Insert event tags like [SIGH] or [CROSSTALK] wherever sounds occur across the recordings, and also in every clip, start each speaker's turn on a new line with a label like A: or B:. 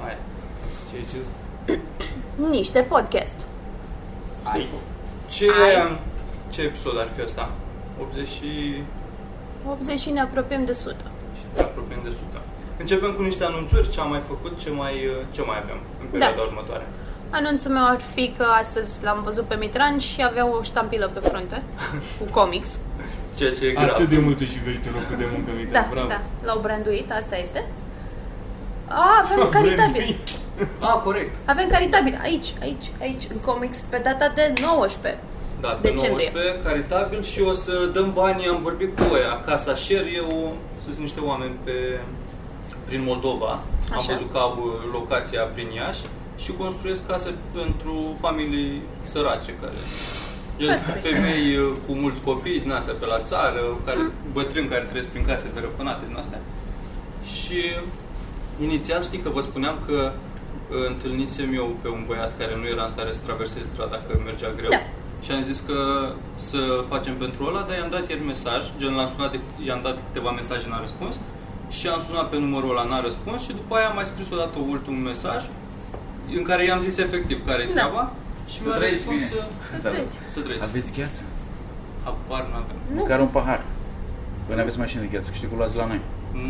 A: Hai. Ce ai zis?
B: Niște podcast.
A: Ai. Ce,
B: Ai.
A: ce episod ar fi ăsta? 80 și
B: 80 și ne apropiem de 100.
A: și ne apropiem de 100. Începem cu niște anunțuri, ce am mai făcut, ce mai, uh, ce mai avem în perioada
B: Da.
A: următoare.
B: Anunțul meu ar fi că astăzi l-am văzut pe Mitran și avea o ștampilă pe frunte cu comics.
A: Ceea ce e grav.
C: Atât de mult își iubește locul de muncă, Mita.
B: Da,
C: Bravo.
B: da, l-au branduit, asta este. A, avem caritabil.
A: Ah, corect.
B: Avem caritabil aici, aici, aici, în comics, pe data de 19.
A: Da, pe
B: Decembrie.
A: 19, caritabil și o să dăm banii, am vorbit cu ea, Casa Share, eu sunt niște oameni pe, prin Moldova, am
B: Așa.
A: văzut că au uh, locația prin Iași și construiesc case pentru familii sărace care el,
B: Perfect.
A: femei uh, cu mulți copii din astea pe la țară, care,
B: Mm.
A: bătrâni care trăiesc prin case dărăpânate din astea. Și inițial știi că vă spuneam că uh, întâlnisem eu pe un băiat care nu era în stare să traverseze strada, că mergea greu.
B: Da.
A: Și am zis că să facem pentru ăla, dar i-am dat ieri mesaj, gen l-am sunat, de, i-am dat câteva mesaje, n-a răspuns. Și am sunat pe numărul ăla, n-a răspuns și după aia am mai scris odată ultimul mesaj în care i-am zis efectiv care e
B: Da.
A: treaba și
D: Să
A: mi-a
D: trăiți
A: răspuns
D: bine.
A: să,
B: Să treci.
A: să trăiesc.
D: Aveți gheață?
A: Apar n-aveam.
B: Nu,
D: Măcar un pahar. Voi nu aveți mașină de gheață, că știu că o luați la noi.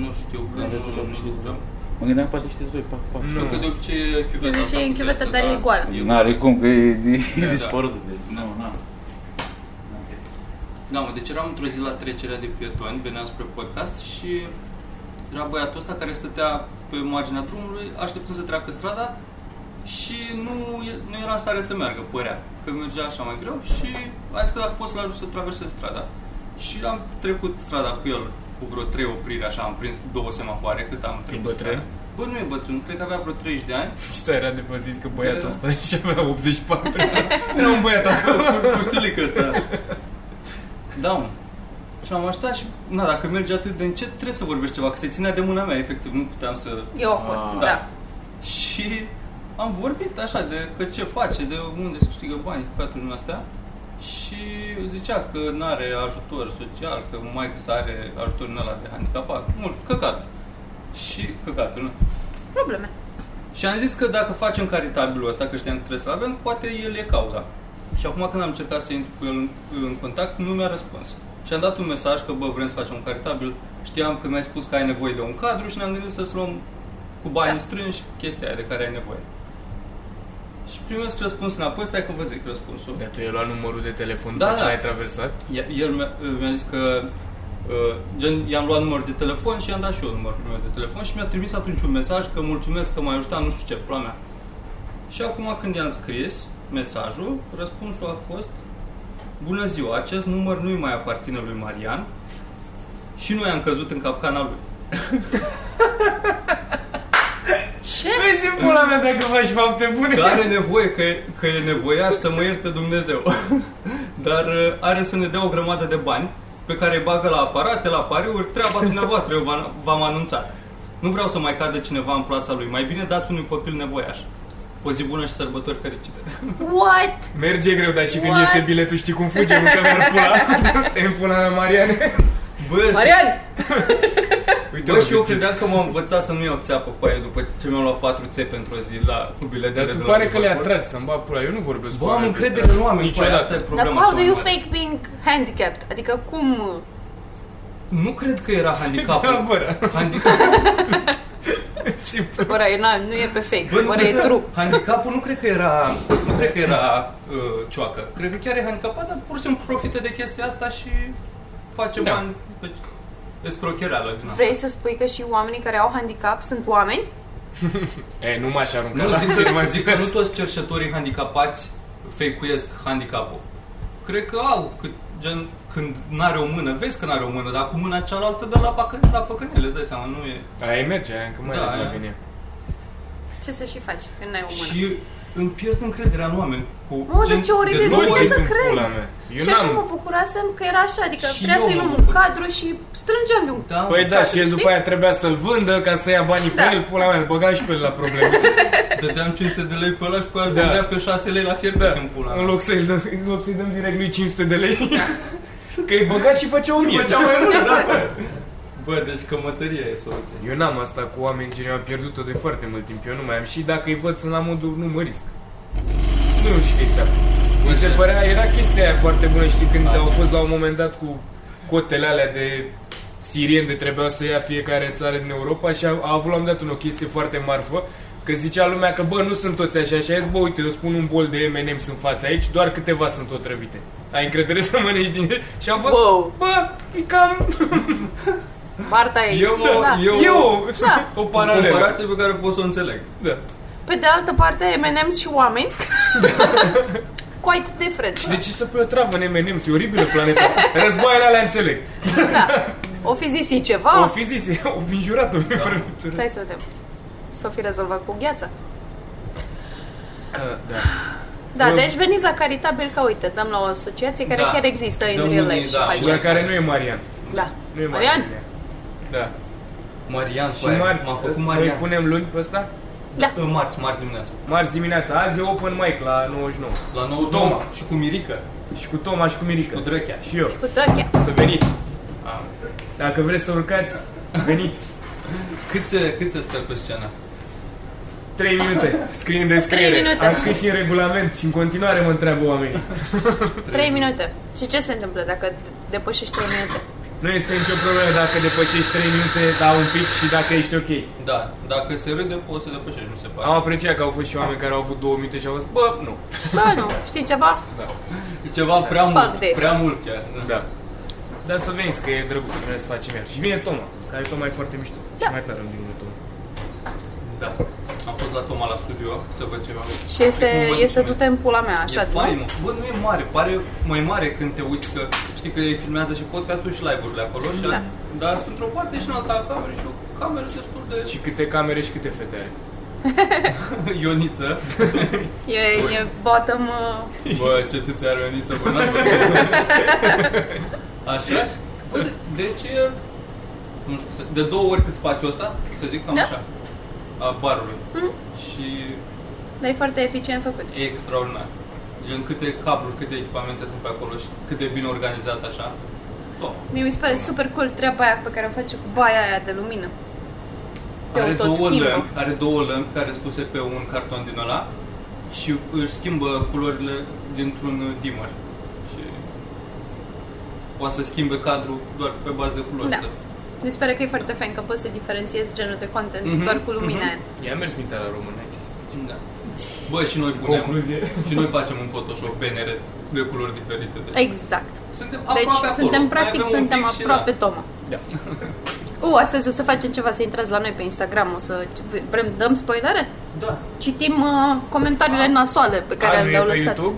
A: Nu știu când
D: Aveți
A: nu,
D: loc și
A: nu lucrăm.
D: Mă gândeam, poate știți voi, pac, pac.
A: Știu
C: Nu.
A: că de obicei e
B: De
A: chiuveta. asta
B: obicei e
A: cu
B: în chiuvetă,
A: gheață,
B: dar e goală.
D: N-are cum, că e, e,
A: Da,
D: e
A: da.
D: dispărut. Deci, nu, nu.
A: Da, mă, deci eram într-o zi la trecerea de pietoni, veneam spre podcast și era băiatul ăsta care stătea pe marginea drumului, așteptând să treacă strada și nu, e- nu era în stare să meargă, părea, că mergea așa mai greu și a zis că dacă pot să-l ajut să traverseze strada. Și am trecut strada cu el cu vreo trei opriri, așa, am prins două semafoare cât am trecut
C: bătrân?
A: strada. Bă, nu e bătrân, cred că avea vreo 30 de ani.
C: Și tu era de vă zis că băiatul
A: Da.
C: ăsta și avea 84. era un băiat acolo.
A: Pustilică asta. Da, mă. Și am așteptat și, na, dacă merge atât de încet, trebuie să vorbești ceva, că se ținea de mâna mea, efectiv, nu puteam să...
B: e awkward,
C: Ah.
B: da.
A: Și am vorbit așa de că ce face, de unde se câștigă bani cu catul astea. Și zicea că nu are ajutor social, că mai să are ajutor din ăla de handicapat. Mult, căcat. Și căcatul, nu?
B: Probleme.
A: Și am zis că dacă facem caritabilul ăsta, că știam că trebuie să avem, poate el e cauza. Și acum când am încercat să intru cu el în, în contact, nu mi-a răspuns. Și am dat un mesaj că, bă, vrem să facem un caritabil. Știam că mi-ai spus că ai nevoie de un cadru și ne-am gândit să-ți luăm cu banii
B: Da.
A: strânși chestia aia de care ai nevoie. Și primesc răspuns înapoi, stai că vă zic răspunsul.
C: Dar tu ai luat numărul de telefon
A: Da,
C: după ce
A: da.
C: l-ai traversat?
A: I- El mi-a, mi-a zis că uh, gen, i-am luat numărul de telefon și i-am dat și eu numărul meu de telefon și mi-a trimis atunci un mesaj că mulțumesc că m-a ajutat, nu știu ce, pula mea. Și acum când i-am scris mesajul, răspunsul a fost Bună ziua, acest număr nu-i mai aparține lui Marian și noi am căzut în capcana lui.
B: Ce?
C: Vezi în pula mea dacă faci fapte bune.
A: Că are nevoie, că, e- că e nevoiaș să mă ierte Dumnezeu. Dar uh, are să ne dea o grămadă de bani pe care îi bagă la aparate, la pariuri, treaba dumneavoastră, eu v-am- v-am anunțat. Nu vreau să mai cadă cineva în plasa lui. Mai bine dați unui copil nevoiaș. O zi bună și sărbători fericite.
B: What?
C: Merge greu, dar și când
B: What?
C: iese biletul știi cum fuge, nu că mi-ar
A: [LAUGHS]
C: pula. Te pula mea, Mariane.
A: Bă,
B: Marian!
C: Uite,
A: Bă, și eu
C: uite.
A: credeam că m-am învățat să nu iau țeapă cu aia după ce mi-am luat 4 țepe într-o zi la cu biletele
C: Dar tu
A: de la
C: pare că le-a
A: Liverpool.
C: tras să-mi bag pula. Eu nu vorbesc
A: Bă,
C: cu
A: am
C: oameni pe
A: încredere
C: stradă.
A: în oameni, bă, asta e
C: Niciodată.
B: Dar
A: problema cea
B: how do
A: mai
B: you
A: mare.
B: fake being handicapped? Adică cum...
A: Nu cred că
C: [LAUGHS]
A: era
C: Da,
A: handicapul.
C: bă,
A: Handicap.
C: simplu.
B: Bă, e, na, nu e pe fake,
A: Bă,
B: bă,
A: nu
B: e
A: cred că-
B: true.
A: Handicapul nu cred că era, nu cred că era uh, cioacă. Cred că chiar e handicapat, dar pur și simplu profită de chestia asta și face
C: Da.
A: bani pe escrochereală din asta.
B: Vrei să spui că și oamenii care au handicap sunt oameni?
C: E, nu m-aș arunca
A: Nu
C: la
A: zic că,
C: afirmația
A: zic că nu
C: asta.
A: toți cercetătorii handicapați feicuiesc handicapul. Cred că au, cât, gen, când n-are o mână, vezi că n-are o mână, dar cu mâna cealaltă dă la, pacă, la păcănele, îți dai seama, nu e...
C: Aia merge, aia încă mai
A: Da,
C: da,
A: aia.
C: la bine.
B: Ce să și faci când n-ai o mână?
A: Și îmi pierd încrederea în oameni. Cu
B: Mă, dar ce oribil,
A: două
B: nu pot
A: ori.
B: să
C: în
B: cred.
C: pula mea. Eu
B: și așa mă
C: n-am...
B: bucurasem că era așa, adică
A: Și
B: trebuia
A: eu
B: să-i
A: mă
B: luăm un
A: bucur.
B: cadru și strângeam de un
A: Da,
C: Păi da, și el
B: Știi?
C: după aia trebuia să-l vândă ca să ia banii
B: Da.
C: pe el, pula mea, îl băga și pe el la probleme.
A: dădeam 500 de lei pe ăla și pe aia
C: Da.
A: da. pe 6 lei la fierbinte
C: Da,
A: în pula.
C: în loc să-i dăm, în loc să-i dăm direct lui 500 de lei. Că îi băga și făcea 1000.
A: Bă, cea mai rău, da. Bă, deci cămătăria e soluția.
C: Eu n-am asta cu oameni gen, eu am pierdut-o de foarte mult timp. Eu nu mai am și dacă îi văd sunt la modul, nu mă risc. Nu știu exact. Mi se părea, era chestia aia foarte bună, știi, când au fost la un moment dat cu cotele alea de sirieni de trebuia să ia fiecare țară din Europa și a, a avut la un moment dat o chestie foarte marfă că zicea lumea că bă, nu sunt toți așa și a zis, bă, uite, eu spun un bol de M&M sunt față aici, doar câteva sunt otrăvite. Ai încredere să mănânci din [LAUGHS] ele? Și am fost,
B: Wow.
C: bă, e cam...
B: Marta ei.
A: Eu,
B: da.
A: eu,
C: Eu!
B: Da.
C: [LAUGHS] O
A: o
C: paralelă.
A: comparație pe care pot să o înțeleg.
C: Da.
B: Pe de altă parte, M&M's și oameni. Quite different.
C: Și de ce să pui o travă în M&M's? E oribilă planeta asta. Războaiele alea înțeleg.
B: Da. O fi zis ei ceva?
C: O fi zis, [LAUGHS] o fi înjurat-o. Da.
B: Stai să vedem. S-o fi rezolvat cu gheața. Da,
C: Eu-
B: deci veniți la caritabil ca uite, dăm la o asociație care
A: Da.
B: chiar există
A: Dăm
B: în real
A: unii,
B: life.
A: da,
B: faci
C: Și
A: Așa
C: la
B: asta.
C: care nu e Marian.
B: da.
C: Nu e
B: Marian?
C: Marian. Da.
A: Marian,
C: Și
A: bă,
C: marți,
A: Păi, m-a făcut
C: noi
A: Marian.
C: punem luni pe ăsta?
B: Da.
A: În marți, marți dimineața.
C: Marți dimineața. Azi e open mic la 99.
A: La 9
C: Toma. Da.
A: și cu Mirica,
C: Și cu Toma și cu Mirica.
A: cu Drăchea.
C: Și eu.
B: Cu trachea.
C: Să veniți. Dacă vreți să urcați, veniți.
A: Cât se, cât se stă pe scenă?
C: 3 minute. Scrie în descriere.
B: Trei minute.
C: Am scris și în regulament și în continuare mă întreabă oamenii.
B: 3 minute. Și ce se întâmplă dacă depășești 3 minute?
C: Nu este nicio problemă dacă depășești 3 minute, da un pic și dacă ești ok.
A: Da, dacă se râde, poți să depășești, nu se pare.
C: Am apreciat că au fost și oameni care au avut 2 minute și au zis, bă, nu.
B: Bă, nu. Știi ceva?
A: E ceva prea
B: Fuck
A: mult,
B: this.
A: prea mult chiar.
C: Da. Dar să veniți că e drăguț și vrem să facem iar. Și vine Toma, care Toma e foarte mișto.
B: Da.
C: Și mai tare îmi vine Toma.
A: da. Am fost la Toma la studio să văd ceva.
B: Și este,
A: Cum văd
B: este
A: cine.
B: du-te în pula mea, așa,
A: e fain,
B: nu?
A: mă. Bă, nu e mare, pare mai mare când te uiți că știi că ei filmează și podcastul și live-urile acolo și
B: Da.
A: dar sunt într-o parte și în alta cameră și o cameră destul de
C: Și câte camere și câte fete are.
A: Ioniță.
B: E, e bottom... uh,
A: [LAUGHS] Bă, ce ți are Ioniță, bă, n-am Așa? Bă, de- deci e- nu știu, cum să- de două ori cât spațiul ăsta, să zic cam
B: Da. Mm.
A: așa, a barului. Și
B: Dar e foarte eficient făcut.
A: E extraordinar. Gen câte cabluri, câte echipamente sunt pe acolo și cât de bine organizat așa. Top.
B: Mie mi se pare super cool treaba aia pe care o face cu baia aia de lumină. Eu
A: Are
B: tot
A: două,
B: schimbă.
A: lămpi, are două lămpi care sunt puse pe un carton din ăla și își schimbă culorile dintr-un dimmer. Și poate să schimbe cadrul doar pe bază de culori.
B: Da.
A: să-
B: Mi se pare că e foarte fain că poți să diferențiezi genul de content
A: Mhm,
B: doar cu lumina
A: mhm.
B: aia.
C: I-a mers mintea la român, hai ce să faci.
B: [LAUGHS]
A: Da. Bă, și noi punem,
C: Concluzie.
A: și noi facem un Photoshop PNR de culori diferite. Deci,
B: Exact.
A: suntem
B: Deci
A: aproape acolo.
B: suntem
A: Mai
B: practic
A: avem un
B: suntem
A: pic și
B: aproape
A: da.
B: Toma.
C: Da.
B: [LAUGHS] U, astăzi o să facem ceva, să intrați la noi pe Instagram, o să vrem dăm spoilere?
A: Da.
B: Citim uh, comentariile
A: Ah.
B: nasoale pe care
C: A, Ah, nu
B: le-au
C: e pe
B: lăsat.
C: YouTube?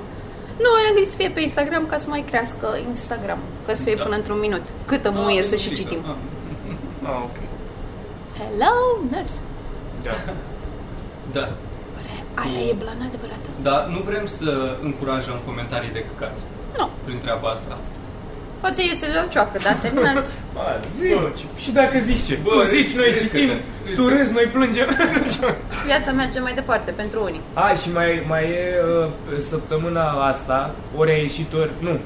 B: Nu, am gândit să fie pe Instagram ca să mai crească Instagram, ca să fie
A: Da.
B: până într-un minut. Câtă
A: Da,
B: muie
A: e
B: să și
A: mișto.
B: citim.
A: Ah.
C: Ah, ok.
B: Hello, nerds! Păi,
C: Da.
A: Da.
B: Aia e blana adevărată?
A: Dar nu vrem să încurajăm comentarii de căcat
B: Nu,
A: prin treaba asta.
B: poate iese de o cioacă, dar terminați.
C: Ba, zi, bă, ce- și dacă zici ce?
A: Bă,
C: tu zici, noi
A: riscă-te,
C: citim, tu
A: riscă-te.
C: râzi, noi plângem. [LAUGHS] Deci,
B: Viața merge mai departe pentru unii.
C: A, și mai, mai e uh, săptămâna asta, ori a ieșit, ori nu.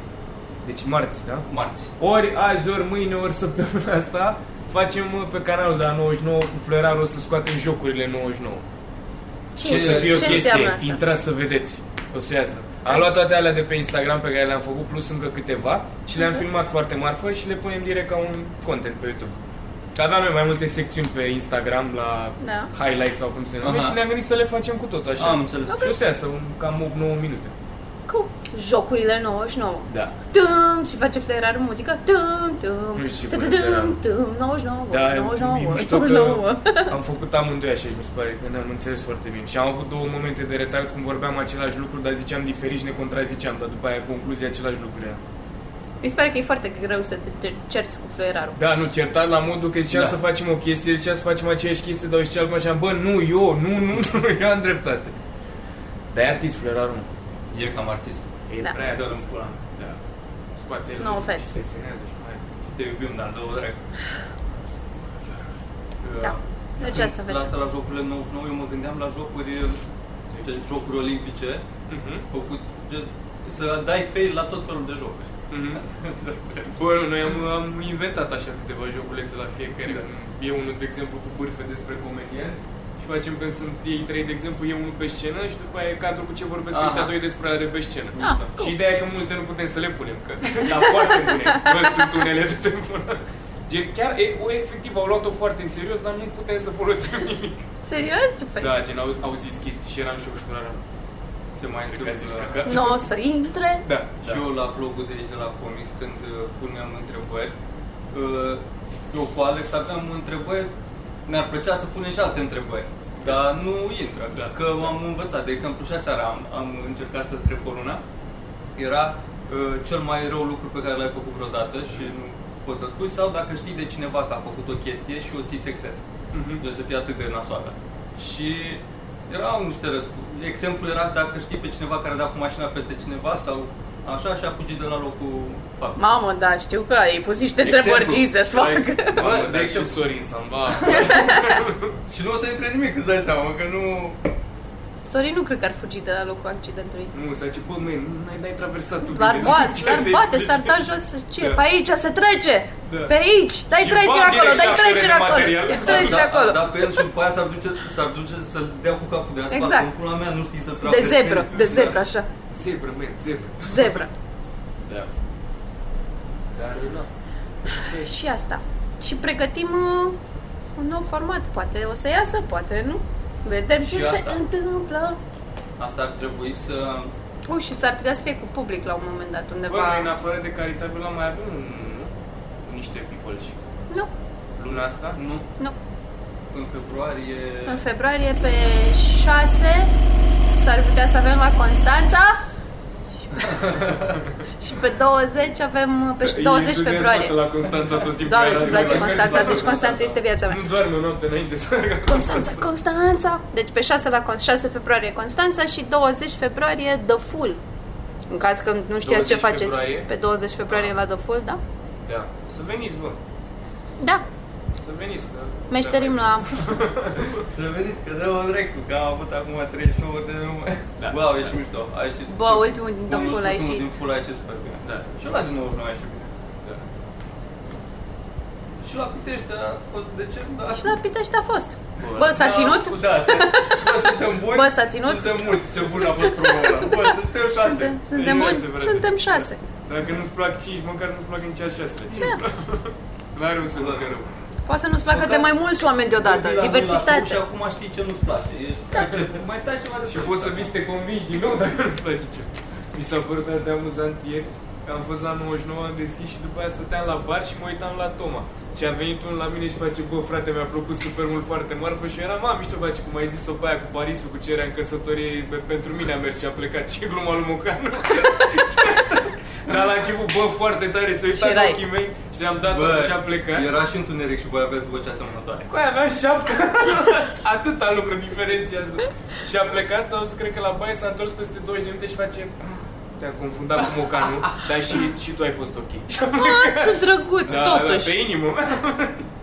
C: Deci marți, da?
A: Marți.
C: Ori azi, ori mâine, ori săptămâna asta, facem uh, pe canalul de la 99 cu Florarul să scoatem jocurile 99.
B: Ce,
C: o să fie o
B: ce înseamnă
C: chestie,
B: asta?
C: intrați să vedeți. O să iasă. Am luat toate alea de pe Instagram pe care le-am făcut, plus încă câteva, și le-am filmat foarte marfă și le punem direct ca un content pe YouTube. Că aveam noi mai multe secțiuni pe Instagram la
B: Da.
C: highlights sau cum se numește
A: Aha.
C: și ne-am gândit să le facem cu tot așa.
A: Am înțeles.
C: Și o să iasă un, cam 8-9 minute.
B: Cu jocurile 99.
C: Da.
B: Tum, și face flerarul muzică. Tum, tum,
C: Nu știu ce
B: tum,
C: flera.
B: tum, tum, 99,
C: Da, e
B: 99,
C: mișto
B: [LAUGHS]
C: că
B: 99.
C: am făcut amândoi așa și mi se pare că ne-am înțeles foarte bine. Și am avut două momente de retard când vorbeam același lucru, dar ziceam diferit și ne contraziceam, dar după aia concluzia același lucru era.
B: Mi se pare că e foarte greu să te cer- cerți cu flerarul.
C: Da, nu, certat la modul că zicea
A: Da.
C: să facem o chestie, zicea să facem aceeași chestie, dar eu ziceam altcum așa, bă, nu, eu, nu, nu, nu, eu am dreptate. Dar e artist, Florarul, mă.
A: E cam artist.
C: E
B: Da.
C: prea dă în pula. mea. Da. Scoate-l.
B: Nu ofens.
C: și secționează și mai.
A: Te iubim, dar două dracu.
B: Da. Deci asta
A: La asta
B: facem.
A: la jocurile 99, eu mă gândeam la jocuri, de jocuri olimpice,
C: Mhm.
A: făcut, de, să dai fail la tot felul de jocuri.
C: Mhm. Bă, nu, noi am, am inventat așa câteva joculețe la fiecare.
A: Da.
C: E unul, de exemplu, cu bârfe despre comedianți și facem când sunt ei trei, de exemplu, e unul pe scenă și după aia e cadru cu ce vorbesc
A: Aha.
C: ăștia doi despre alea de pe scenă.
B: Ah,
C: și
B: cool.
C: ideea e că multe nu putem să le punem,
A: [LAUGHS]
C: că la foarte bune. Bă, sunt unele de temporă. Gen, chiar, e, o, efectiv, au luat-o foarte în serios, dar nu putem să folosim nimic.
B: Serios? Ce faci?
C: Da, gen, au, au zis chestii și eram și eu Se mai
A: Cred că
C: întâmplă.
A: a zis căcat.
B: Nu o să intre.
C: Da,
A: Și
C: da.
A: eu la vlogul de aici de la Comics, când uh, puneam întrebări, uh, eu cu Alex aveam întrebări, mi-ar plăcea să punem și alte întrebări, dar nu intră, da. că m-am învățat. De exemplu, și aseară am, am încercat să strepor una, era uh, cel mai rău lucru pe care l-ai făcut vreodată și
C: Mhm.
A: nu poți să spui, sau dacă știi de cineva că a făcut o chestie și o ții secret.
C: Mhm.
A: Deci să fie atât de nasoală. Și erau niște răspunsuri. Exemplu era dacă știi pe cineva care a dat cu mașina peste cineva sau așa și a fugit de la locul faptului.
B: Mamă, da, știu că ai pus niște întrebări, Jesus, fuck.
A: Bă,
C: Bă,
A: de
C: dar și
A: exemplu.
C: Sorin Samba.
A: Și nu o să intre nimic, îți dai seama că nu...
B: Sorin nu cred că ar fugi de la locul accidentului.
C: Nu, s-a zis, bă, men, n-ai, n-ai traversat tu.
B: Dar
C: bine."
B: poate,
C: Ce
B: dar
C: să-i
B: poate,
C: explici?
B: s-ar da jos să ce?
C: Da.
B: Pe aici se trece!
C: Da.
B: Pe aici! Dai
C: Și
B: trecere
C: bam,
B: acolo,
C: direct
B: dai
C: șapte ore
B: trecere
C: de
B: acolo!
C: material.
B: Dai trecere
A: da,
B: acolo!
A: Da, pe el și după aia s-ar duce, s-ar duce să-l dea cu capul de asfalt.
B: Exact.
A: În pula mea nu știi să
B: De
A: traversezi.
B: zebră, de
A: Da.
B: zebră, așa.
C: Zebră, men, zebră.
B: Zebră.
D: Da.
C: Dar,
A: da,
C: nu.
B: Și asta. Și pregătim uh, un nou format, poate o să iasă, poate nu. Vedem
A: Și
B: ce se
A: asta.
B: întâmplă.
A: Asta ar trebui să...
B: Uh, și s-ar putea să fie cu public la un moment dat
C: Bă, noi, în
B: undeva.
C: afară de caritabil, am mai avut un, niște people și
B: Nu,
C: luna asta.
A: Nu,
B: nu.
A: în februarie...
B: În februarie pe 6 s-ar putea să avem la Constanța și pe 20 avem uh, pe
C: Să-
B: 20
C: e
B: Păi februarie.
C: entuziasmată la Constanța tot timpul.
B: Doamne,
C: era
B: ce
C: de
B: place
C: la
B: Constanța,
C: Constanța.
B: deci Constanța este viața mea.
C: Nu doarme noapte înainte să meargă.
B: Constanța, Constanța. Deci pe 6 la Con- 6 februarie Constanța și 20 februarie The Full. În caz că nu știați ce
C: 20
B: faceți
C: februarie?
B: pe 20 februarie la The Full, da?
C: Da. Să veniți, bă.
B: Da,
C: Să veniți. că-
B: meșterim la...
A: Să veniți că dă o dracu, că am avut acum 38 de nume.
C: Da.
A: Wow, ești mișto. Ai ieșit.
B: Bă, ultimul din The
A: Unul-
B: Full a
A: ultimul
B: ieșit.
A: din full a ieșit super bine.
C: Da.
A: Și ăla din 99 a ieșit bine.
C: Da.
A: Și la Pitești a fost de ce? Da.
B: Și la Pitești a fost.
C: Bă,
B: Bă, s-a
A: Da,
B: ținut?
A: Da, se- bă, suntem buni.
B: Bă, s-a ținut?
A: Suntem mulți, ce bun a fost promovarea. Bă, suntem șase.
B: Suntem, suntem,
C: Deci
B: buni,
C: șase, frate.
B: suntem șase.
C: Dacă nu-ți plac 5, măcar nu-ți plac nici a 6.
B: Da.
C: N-are un să
A: Da.
C: ducă rău.
B: Poate să nu-ți placă
C: Da.
B: de mai mulți oameni deodată.
A: Bă, la- la șoc Și
B: Diversitate.
A: acum știi ce nu-ți place. Ești,
B: Da.
A: ce- mai stai ceva de
C: Și poți să vii să te convingi din nou dacă nu-ți place ce. Mi s-a părut atât de amuzant ieri că am fost la 99, am deschis și după aia stăteam la bar și mă uitam la Toma. Și a venit unul la mine și face, bă, frate, mi-a plăcut super mult, foarte marfă și eu eram, am mișto face, cum ai zis-o pe aia cu Parisul, cu ce era în căsătorie, pe- pentru mine a mers și a plecat [LAUGHS] și e gluma lui Mocanu. Dar la început, bă, foarte tare, să uita
B: Și
C: în
B: erai.
C: ochii mei și am dat
A: Bă,
C: și a plecat.
A: Era și întuneric și voi aveți voce asemănătoare.
C: Cu aia Păi, aveam șapte [LAUGHS] Atâta lucru diferențiază Și a plecat sau cred că la baie s-a întors peste 20 de minute și face "Mm, Te-am confundat cu Mocanu Dar și, și tu ai fost ok
B: Ah, ce drăguț,
C: da, pe
B: totuși.
C: inimă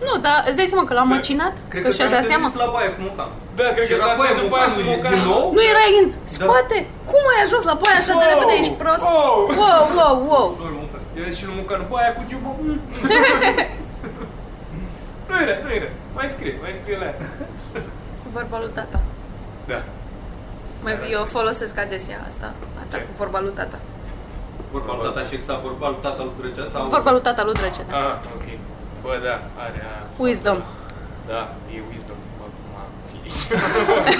B: Nu, dar îți dai seama că l-am măcinat? Că și-a
A: s-a
B: dat seama?
A: întâlnit la baie cu Mocan.
C: Da, cred
A: Și
C: că
A: era
C: s-a
A: baie
C: întâmplat după aia cu
A: Mocanul,
C: Mocanu
A: din nou?
B: Nu erai în spate? Cum ai ajuns la baia așa de
C: Da. Wow!
B: repede? Ești prost?
C: Wow!
B: Wow, wow, wow!
A: Flori Mocan.
C: Era și lui Mocanu Bă, aia cu Giubu [LAUGHS] mm. Nu era, nu era Mai scrie, mai scrie la ea
B: Cu vorba lui tata.
C: Da
B: Mai eu folosesc adesea asta. Asta
C: Ce?
B: cu vorba lui tata.
A: Vorba lui tata și exact vorba lui tata lui Drăgea sau...
B: Vorba lui tata lui Drăge, da.
C: Ah, ok Bă, da, are a...
B: Wisdom.
C: Da, e wisdom să fac cum am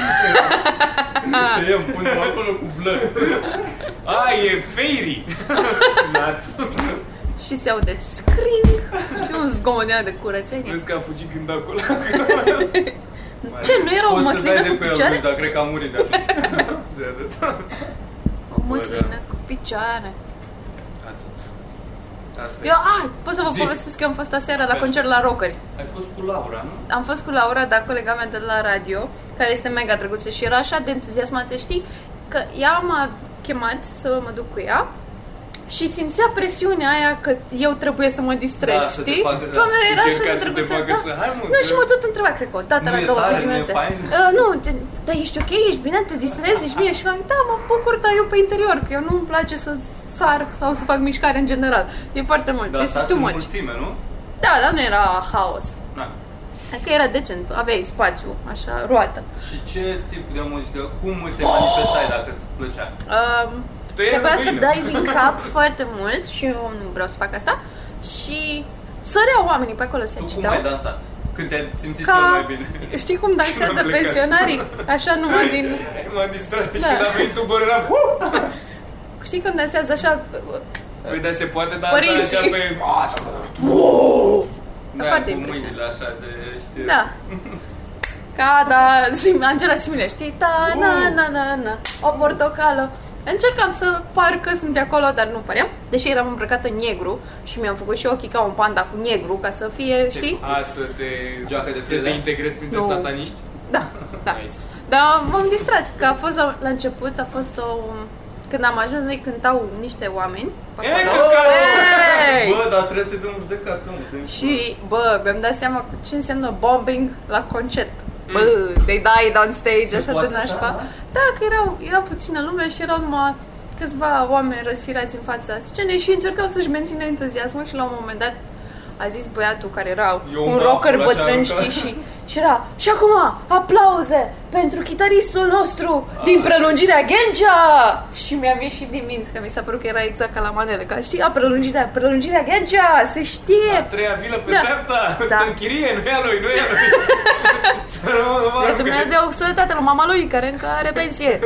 B: Ah.
A: Te ia, punem acolo cu blăc.
C: A, e fairy! Nat.
B: Și se aude
A: [LAUGHS]
B: scring și un zgomot de aia de curățenie.
C: Vezi că a fugit când acolo. [LAUGHS] Da,
B: Ce, nu era o
A: Poți să dai
B: măslină
A: de
B: cu
A: pe el, Luiz,
B: picioare?
A: dar cred că a murit de atunci.
C: Da, da, da.
B: O măslină cu picioare.
A: da.
C: Atât. Asta
B: Eu, a, pot să vă
C: Zi.
B: povestesc că eu am fost aseară la
C: Da.
B: concert la Rockeri.
A: Ai fost cu Laura, nu?
B: Am fost cu Laura, dar colega mea de la radio, care este mega drăguță și era așa de entuziasmată, știi? că ea m-a chemat să mă duc cu ea și simțea presiunea aia că eu trebuie să mă distrez,
A: Da, să te
B: știi?
A: facă, da.
B: Doamna
C: Și
B: era așa
C: încerca
B: de
C: să te
B: drăguță,
C: facă
B: da?
C: să- hai, mă,
B: nu,
C: că-
B: și mă tot întreba, cred că o dată
A: Nu
B: la
A: e
B: 20
A: tare,
B: de
A: nu e
B: minute.
A: fain?
B: Uh, nu, ce- da, ești ok, ești bine, te distrezi, ești bine. Și am da, mă bucur, dar eu pe interior, că eu nu-mi place să sar sau să fac mișcare în general. E foarte mult,
A: Dar
B: this is
A: stat
B: too
A: în
B: much.
A: mulțime, Da, nu?
B: Da, dar nu era haos.
A: Na.
B: Adică era decent, aveai spațiu, așa, roată.
A: Și ce tip de muzică, cum te manifestai dacă îți plăcea?
B: Um,
C: Tăiai
B: trebuia să
C: rădăcină.
B: dai din cap [LAUGHS] foarte mult și eu nu vreau să fac asta. Și săreau oamenii pe acolo să
A: Tu cum
B: citau.
A: ai dansat? Când te-ai simțit cel
B: Ca,
A: mai bine?
B: știi
A: [LAUGHS]
B: cum dansează
C: Când am plecat.
B: pensionarii? Așa numai din...
C: M-a distrat și
B: Da.
C: când a venit Uber eram "Uh!"
B: Știi cum dansează așa?
C: Păi da, se poate dansa
B: Părinții.
C: așa pe...
A: Da,
B: foarte
A: cu
B: impresionant.
A: mâinile așa de, știi?
B: Da. Ca, da, sim, Angela Simile, știi? Ta, na, na, na, na, o portocală. Încercam să par că sunt de acolo, dar nu păream. Deși eram îmbrăcată în negru și mi-am făcut și ochii ca un panda cu negru, ca să fie, știi?
C: A, să te...
A: Geacă de
C: să
A: piele.
C: te integrezi printre
B: Nu.
C: sataniști?
B: Da, da.
C: Nice.
B: Dar m-am distrat, că a fost la, la început, a fost o... Când am ajuns, noi cântau niște oameni pe
C: E,
B: acolo.
C: căcatul!
B: Hey!
A: Bă, dar trebuie să-i dăm judecată, mă. dăm-
B: Și, bă, mi-am dat seama cu ce înseamnă bombing la concert. Bă, they died on stage,
A: Mm. Se
B: așa de
A: poate
B: nașpa.
A: așa, da?
B: Da, că erau, era puțină lume și erau numai câțiva oameni răsfirați în fața scenei și încercau să-și mențină entuziasmul și la un moment dat a zis băiatul care era
A: Eu
B: un
A: îmi dau
B: rocker
A: acolo așa,
B: bătrân,
A: aruncă.
B: știi, și, și era Și acum, aplauze pentru chitaristul nostru din
A: Ah.
B: prelungirea Gengea! Și mi-am ieșit din minți că mi s-a părut că era exact ca la manele, ca știi, a prelungirea, prelungirea Gengea, se știe!
C: A treia vilă pe
B: Da.
C: dreapta,
B: Da.
C: stă în chirie, nu e a lui, nu e a
B: [LAUGHS]
C: lui. Să rămână
B: De
C: vară,
B: Dumnezeu să tatăl, mama lui, care încă are pensie.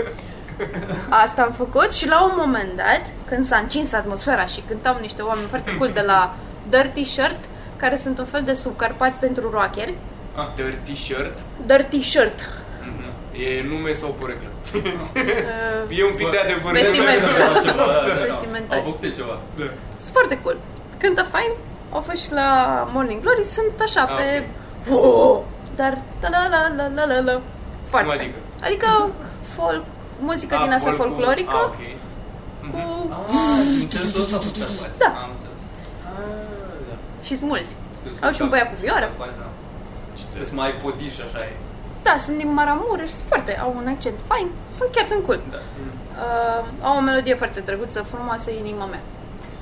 B: Asta am făcut și la un moment dat, când s-a încins atmosfera și cântau niște oameni foarte cool de la Dirty Shirt, care sunt un fel de subcarpați pentru rockeri.
C: că- Ah, Dirty shirt Mhm.
B: Dirty
C: [LAUGHS]
B: Shirt.
C: e nume sau poreclă?
B: Uh,
C: E un pic
A: Bă,
C: de adevăr.
B: vestiment.
C: [LAUGHS]
A: Ceva, ceva, da, da.
B: Vestimentați.
A: Au făcut ceva.
C: Da.
B: sunt foarte cool. Cântă fain, o fă și la Morning Glory, sunt așa
C: Ah,
B: pe... Oh! Dar la la la la la la Foarte.
C: Cum
B: fain.
C: adică?
B: Adică folk, muzică
C: A,
B: din asta
C: folcul-
B: folclorică
C: A, Ah, ok. Mhm.
B: cu...
A: Ah, în sensul ăsta putea să
C: Ah,
A: faci.
B: Da. Ah,
A: Am înțeles.
B: și sunt mulți.
A: Deci,
B: Au și un
A: da,
B: băiat cu vioară.
A: da, da. Îți mai podiși așa e.
B: Da, sunt din Maramureș, sunt foarte, au un accent fain, sunt chiar sunt cool.
A: Da.
B: Uh, au o melodie foarte drăguță, frumoasă, inima mea.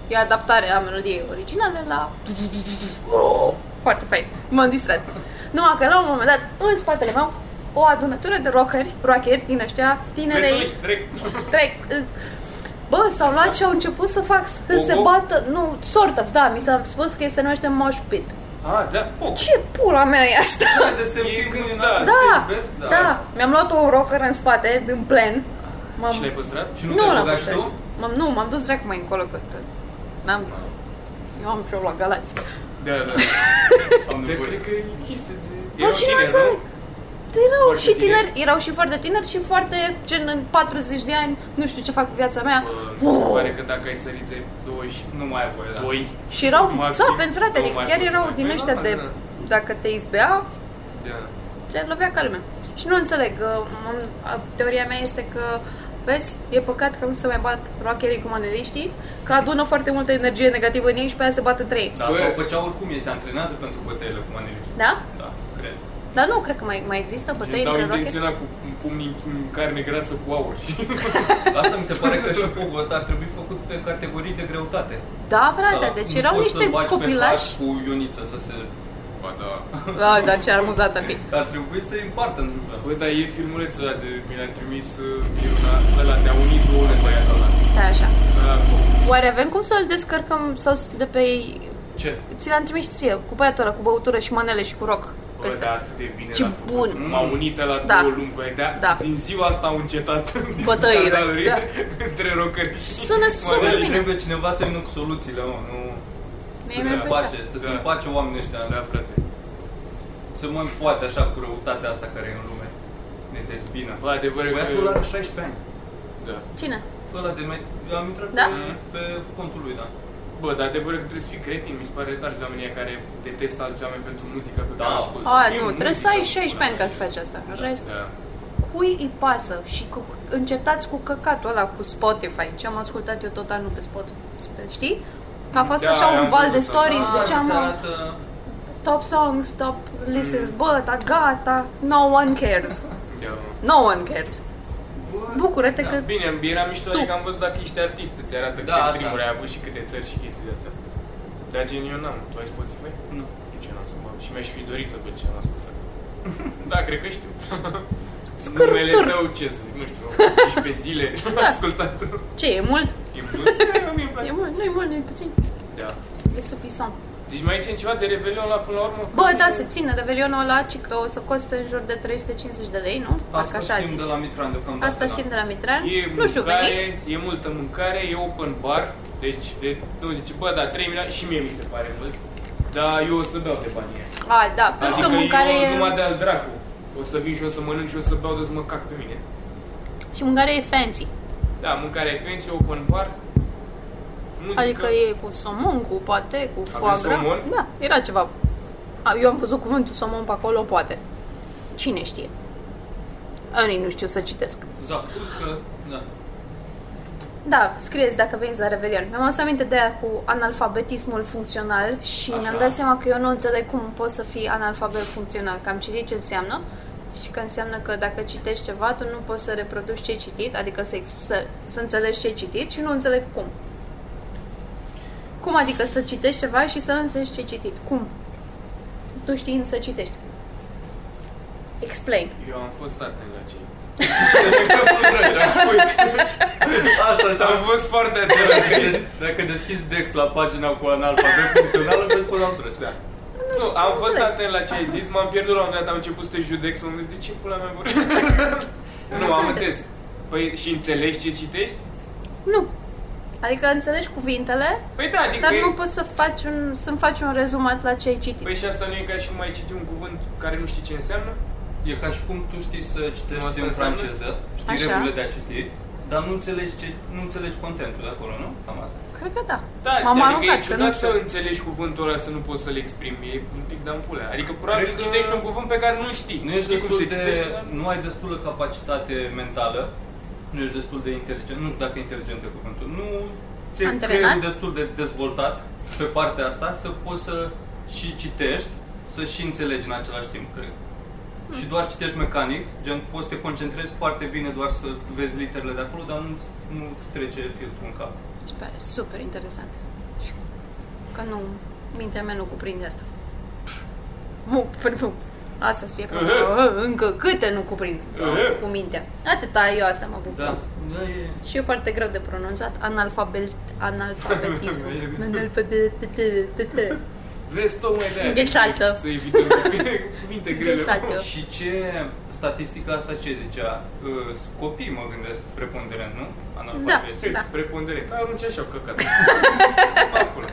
B: E adaptarea a melodiei originale la... Foarte fain, m-am distrat. Numai că la un moment dat, în spatele meu, o adunătură de rockeri, rockeri din ăștia, tinerei,
C: Betuliști, direct.
B: trec, uh, Bă, s-au luat și au început să fac să
C: Pogo?
B: se bată, nu, sort of, da, mi s-a spus că se numește mosh pit.
C: A, da, poc.
B: Ce pula mea e asta?
A: Haide să
C: E
A: împing
C: când-
A: mâinile,
C: da.
B: Da,
A: vezi? Da.
B: da, mi-am luat un rocker în spate, din plen. M-am...
C: Și l-ai păstrat?
A: Și nu,
B: Da. Nu
A: te
B: l-am
A: băgași
B: păstrat.
A: tu?
B: M-am, nu, m-am dus dracu mai încolo, că t- n-am... Eu am și-o la Galați.
C: Da, [LAUGHS] da.
A: Am
C: Te
A: nevoie.
C: cred că e chestie de...
B: Bă,
C: Erau
B: și nu
C: tineri,
B: înțeleg. Erau
C: Foarte
B: și
C: tineri.
B: tineri. erau și foarte tineri și foarte, gen, în 40 de ani, nu știu ce fac cu viața mea.
C: Bă, mi se pare că dacă ai sărit de 22,
A: Nu mai ai voie, da.
B: Și erau
C: maxim
B: țapeni, frate,
C: două
B: adică
C: mai
B: chiar
C: pus
B: erau
C: mai
B: din
C: bine.
B: ăștia
C: Da,
B: de...
C: da,
B: Dacă te izbea,
C: da.
B: te lovea ca lumea. Și nu înțeleg, uh, m- a- teoria mea este că Vezi, e păcat că nu se mai bat rockerii cu maneliștii, că adună foarte multă energie negativă în ei și pe aia se bat între ei.
A: Dar asta
C: Bă.
A: o făcea oricum, ei se antrenează pentru bătăile cu manelici.
B: Da?
A: Da, cred.
B: Dar nu cred că mai, mai există
C: Gen,
B: bătăi
C: dau
B: între rockeri.
C: intenționat cu un pumn în- în carne grasă cu aur. [LAUGHS]
A: Asta mi se pare că și pogul ăsta ar trebui făcut pe categorii de greutate.
B: Da, frate, deci
A: nu
B: erau
A: poți
B: niște
A: să-l bagi pe
B: copilași.
A: [LAUGHS] fac cu Ioniță să se... Ba da.
B: Da, dar ce amuzat ar fi.
A: Ar trebui să-i împartă în jur.
C: Bă, dar e filmulețul ăla de mi l-a trimis uh, Miruna, ăla te-a unit două de băiatul ăla.
B: Stai așa.
C: Ăla, bă,
B: Oare avem cum să-l descărcăm sau să- de pe...
C: Ce?
B: Ți l-am trimis și ție, cu băiatul ăla, cu băutură și manele și cu rock
C: Bă,
B: peste.
C: da, atât de bine
B: Ce
C: l-a făcut.
B: bun.
C: M-a unit la
B: Da.
C: două luni, băi, da?
B: Da.
C: Din ziua asta au încetat [LAUGHS]
B: Bătăile,
C: scandalurile
B: da.
C: [LAUGHS] între rocări.
B: Sună super
A: Bă,
B: bine.
A: trebuie cineva să vină cu soluțiile, mă, nu...
B: Mie
A: Să se
B: mi-ar plăcea.
A: împace, să se
C: Da.
A: împace oamenii ăștia,
C: Da, frate.
A: să mă împoate așa cu răutatea asta care e în lume. Ne dezbină.
C: Bă, adevărul că...
A: Băiatul are 16 ani.
C: Da.
B: Cine?
A: Ăla de met... Eu am intrat
B: Da?
A: pe- pe contul lui, da.
C: Bă, dar adevărul că trebuie să fii cretin, mi se pare tare oamenii aia care detestă alți oameni pentru muzica pe
A: Da.
C: care o ascultă.
B: A,
C: E
B: nu, trebuie
C: muzică,
B: să ai
C: pula
B: 16 ani
C: mea.
B: ca să faci asta. Rest,
C: Da.
B: cui îi pasă și cu, încetați cu căcatul ăla cu Spotify. Ce am ascultat eu tot anul pe Spotify, pe- știi? Că a fost
C: Da,
B: așa un
C: am
B: val de
C: văzut-o,
B: stories,
A: Ah,
B: de ce deci am
A: se arată...
B: top songs, top listens, bă, da, gata, no one cares.
C: Da, mă.
B: No one cares. Bucură-te
A: Da,
B: că...
C: Bine, îmi era mișto,
B: Tu.
C: adică am văzut dacă ești artist, îți arată
A: Da,
C: da, câte
A: asta.
C: streamuri ai avut și câte țări și chestii de astea. Dar gen eu n-am, tu ai Spotify?
A: Nu.
C: Nici eu n-am să mă Și mi-aș fi dorit să văd ce am ascultat.
A: [LAUGHS]
C: da, cred că știu.
B: Scârtur.
C: Numele tău, ce să zic, nu știu, 15
B: [LAUGHS]
C: zile [LAUGHS] am ascultat.
B: Ce, e mult?
C: E mult, Da, mie îmi
B: Da. [LAUGHS] E
C: place.
B: mult, nu e mult, nu e puțin.
C: Da.
B: E suficient.
C: Deci mai țin ceva de Revelion la până la urmă?
B: Bă, da, se ține revelionul ăla, ci că o să costă în jur de 350 de lei, nu?
A: Asta
B: Parcă așa a
A: știm
B: zis.
A: de la Mitran deocamdată.
B: Asta
A: da.
B: știm de la Mitran.
C: E
B: Nu știu,
C: mâncare,
B: veniți?
C: E multă mâncare, e open bar, deci de, nu zice, bă, da, 3 milioane și mie mi se pare mult, dar eu o să beau de banii aia.
B: A, da, plus
C: adică
B: că mâncare
C: eu,
B: e...
C: numai de al dracu. O să vin și o să mănânc și o să beau de să mă cac pe mine.
B: Și mâncare e fancy.
C: Da, mâncare e fancy, open bar, muzică.
B: Adică e cu somon, cu pate, cu
C: Avem
B: foie gras.
C: somon?
B: Da, era ceva. A, Eu am văzut cuvântul somon pe acolo, poate. Cine știe? Ani nu știu să citesc.
A: Zapuscă, da. [LAUGHS]
B: Da, scrieți dacă veniți la Revelion. Mi-am adus aminte de aia cu analfabetismul funcțional și
C: Așa.
B: mi-am dat seama că eu nu înțeleg cum poți să fii analfabet funcțional, că am citit ce înseamnă și că înseamnă că dacă citești ceva, tu nu poți să reproduci ce ai citit, adică să, ex- să, să înțelegi ce ai citit și nu înțeleg cum. Cum adică să citești ceva și să înțelegi ce ai citit? Cum? Tu știi să citești. Explain.
C: Eu am fost atent la ce există.
A: Asta
C: [LAUGHS] Am
A: înseamnă...
C: fost foarte atent la ce
A: Dacă, des, dacă deschizi Dex la pagina cu analfabet funcțional, vezi până am trece.
C: Da. Nu, am
B: nu
C: fost
B: înțeleg.
C: atent la ce ai zis, m-am pierdut la un moment dat, am început să te judec, să mă gândesc de ce pula mea
B: [LAUGHS]
C: vorbim. nu, am
B: înțeleg.
C: înțeles. Păi și înțelegi ce citești?
B: Nu. Adică înțelegi cuvintele,
C: Păi da, adică
B: Dar
C: e-
B: nu poți să faci un, să-mi faci un rezumat la ce ai citit.
C: Păi și asta nu e ca și cum ai citi un cuvânt care nu știi ce înseamnă?
A: E ca și cum tu știi să
C: Nu, asta
A: citești în
C: înseamnă-
A: franceză, știi
B: Așa.
A: regulile de a citi, dar nu înțelegi, ce, nu înțelegi contentul de acolo, nu? Cam asta.
B: Cred că da.
C: Da,
B: M-am
C: adică e
B: aruncat, că nu
C: ciudat
B: știu.
C: să înțelegi cuvântul ăla să nu poți să-l exprimi, e un pic de pulea. Adică probabil
A: Cred că-
C: citești un cuvânt pe care nu-l știi.
A: Nu ești
C: știi cum
A: destul
C: se citește,
A: de,
C: dar-
A: nu ai destulă capacitate mentală, nu ești destul de inteligent, nu știu dacă e inteligent e cuvântul, nu ți-e
B: Antrenat?
A: creierul destul de dezvoltat pe partea asta să poți să și citești, să și înțelegi în același timp, cred.
C: Hmm.
A: Și doar citești mecanic, gen poți să te concentrezi foarte bine doar să vezi literele de acolo, dar nu, nu îți trece filtrul în cap.
B: Mi se pare super interesant. Și Că nu, mintea mea nu cuprinde asta. Nu, nu. Asta să fie problema. Încă câte nu cuprind
C: Ehe.
B: cu mintea. Atâta eu asta mă bucur.
A: Da, da e...
B: Și e foarte greu de pronunțat. Analfabet,
C: [LAUGHS]
B: analfabetism. Analfabet.
C: Vezi, tocmai de aia.
B: Ghețată.
C: Să evităm [LAUGHS] cuvinte grele.
B: Ghețată.
A: Și ce statistica asta ce zicea? Uh, Copii, mă gândesc, preponderent, nu? Analfabet.
C: Ce?
B: Da.
C: Preponderent. Ai arunci așa, căcat. Acolo.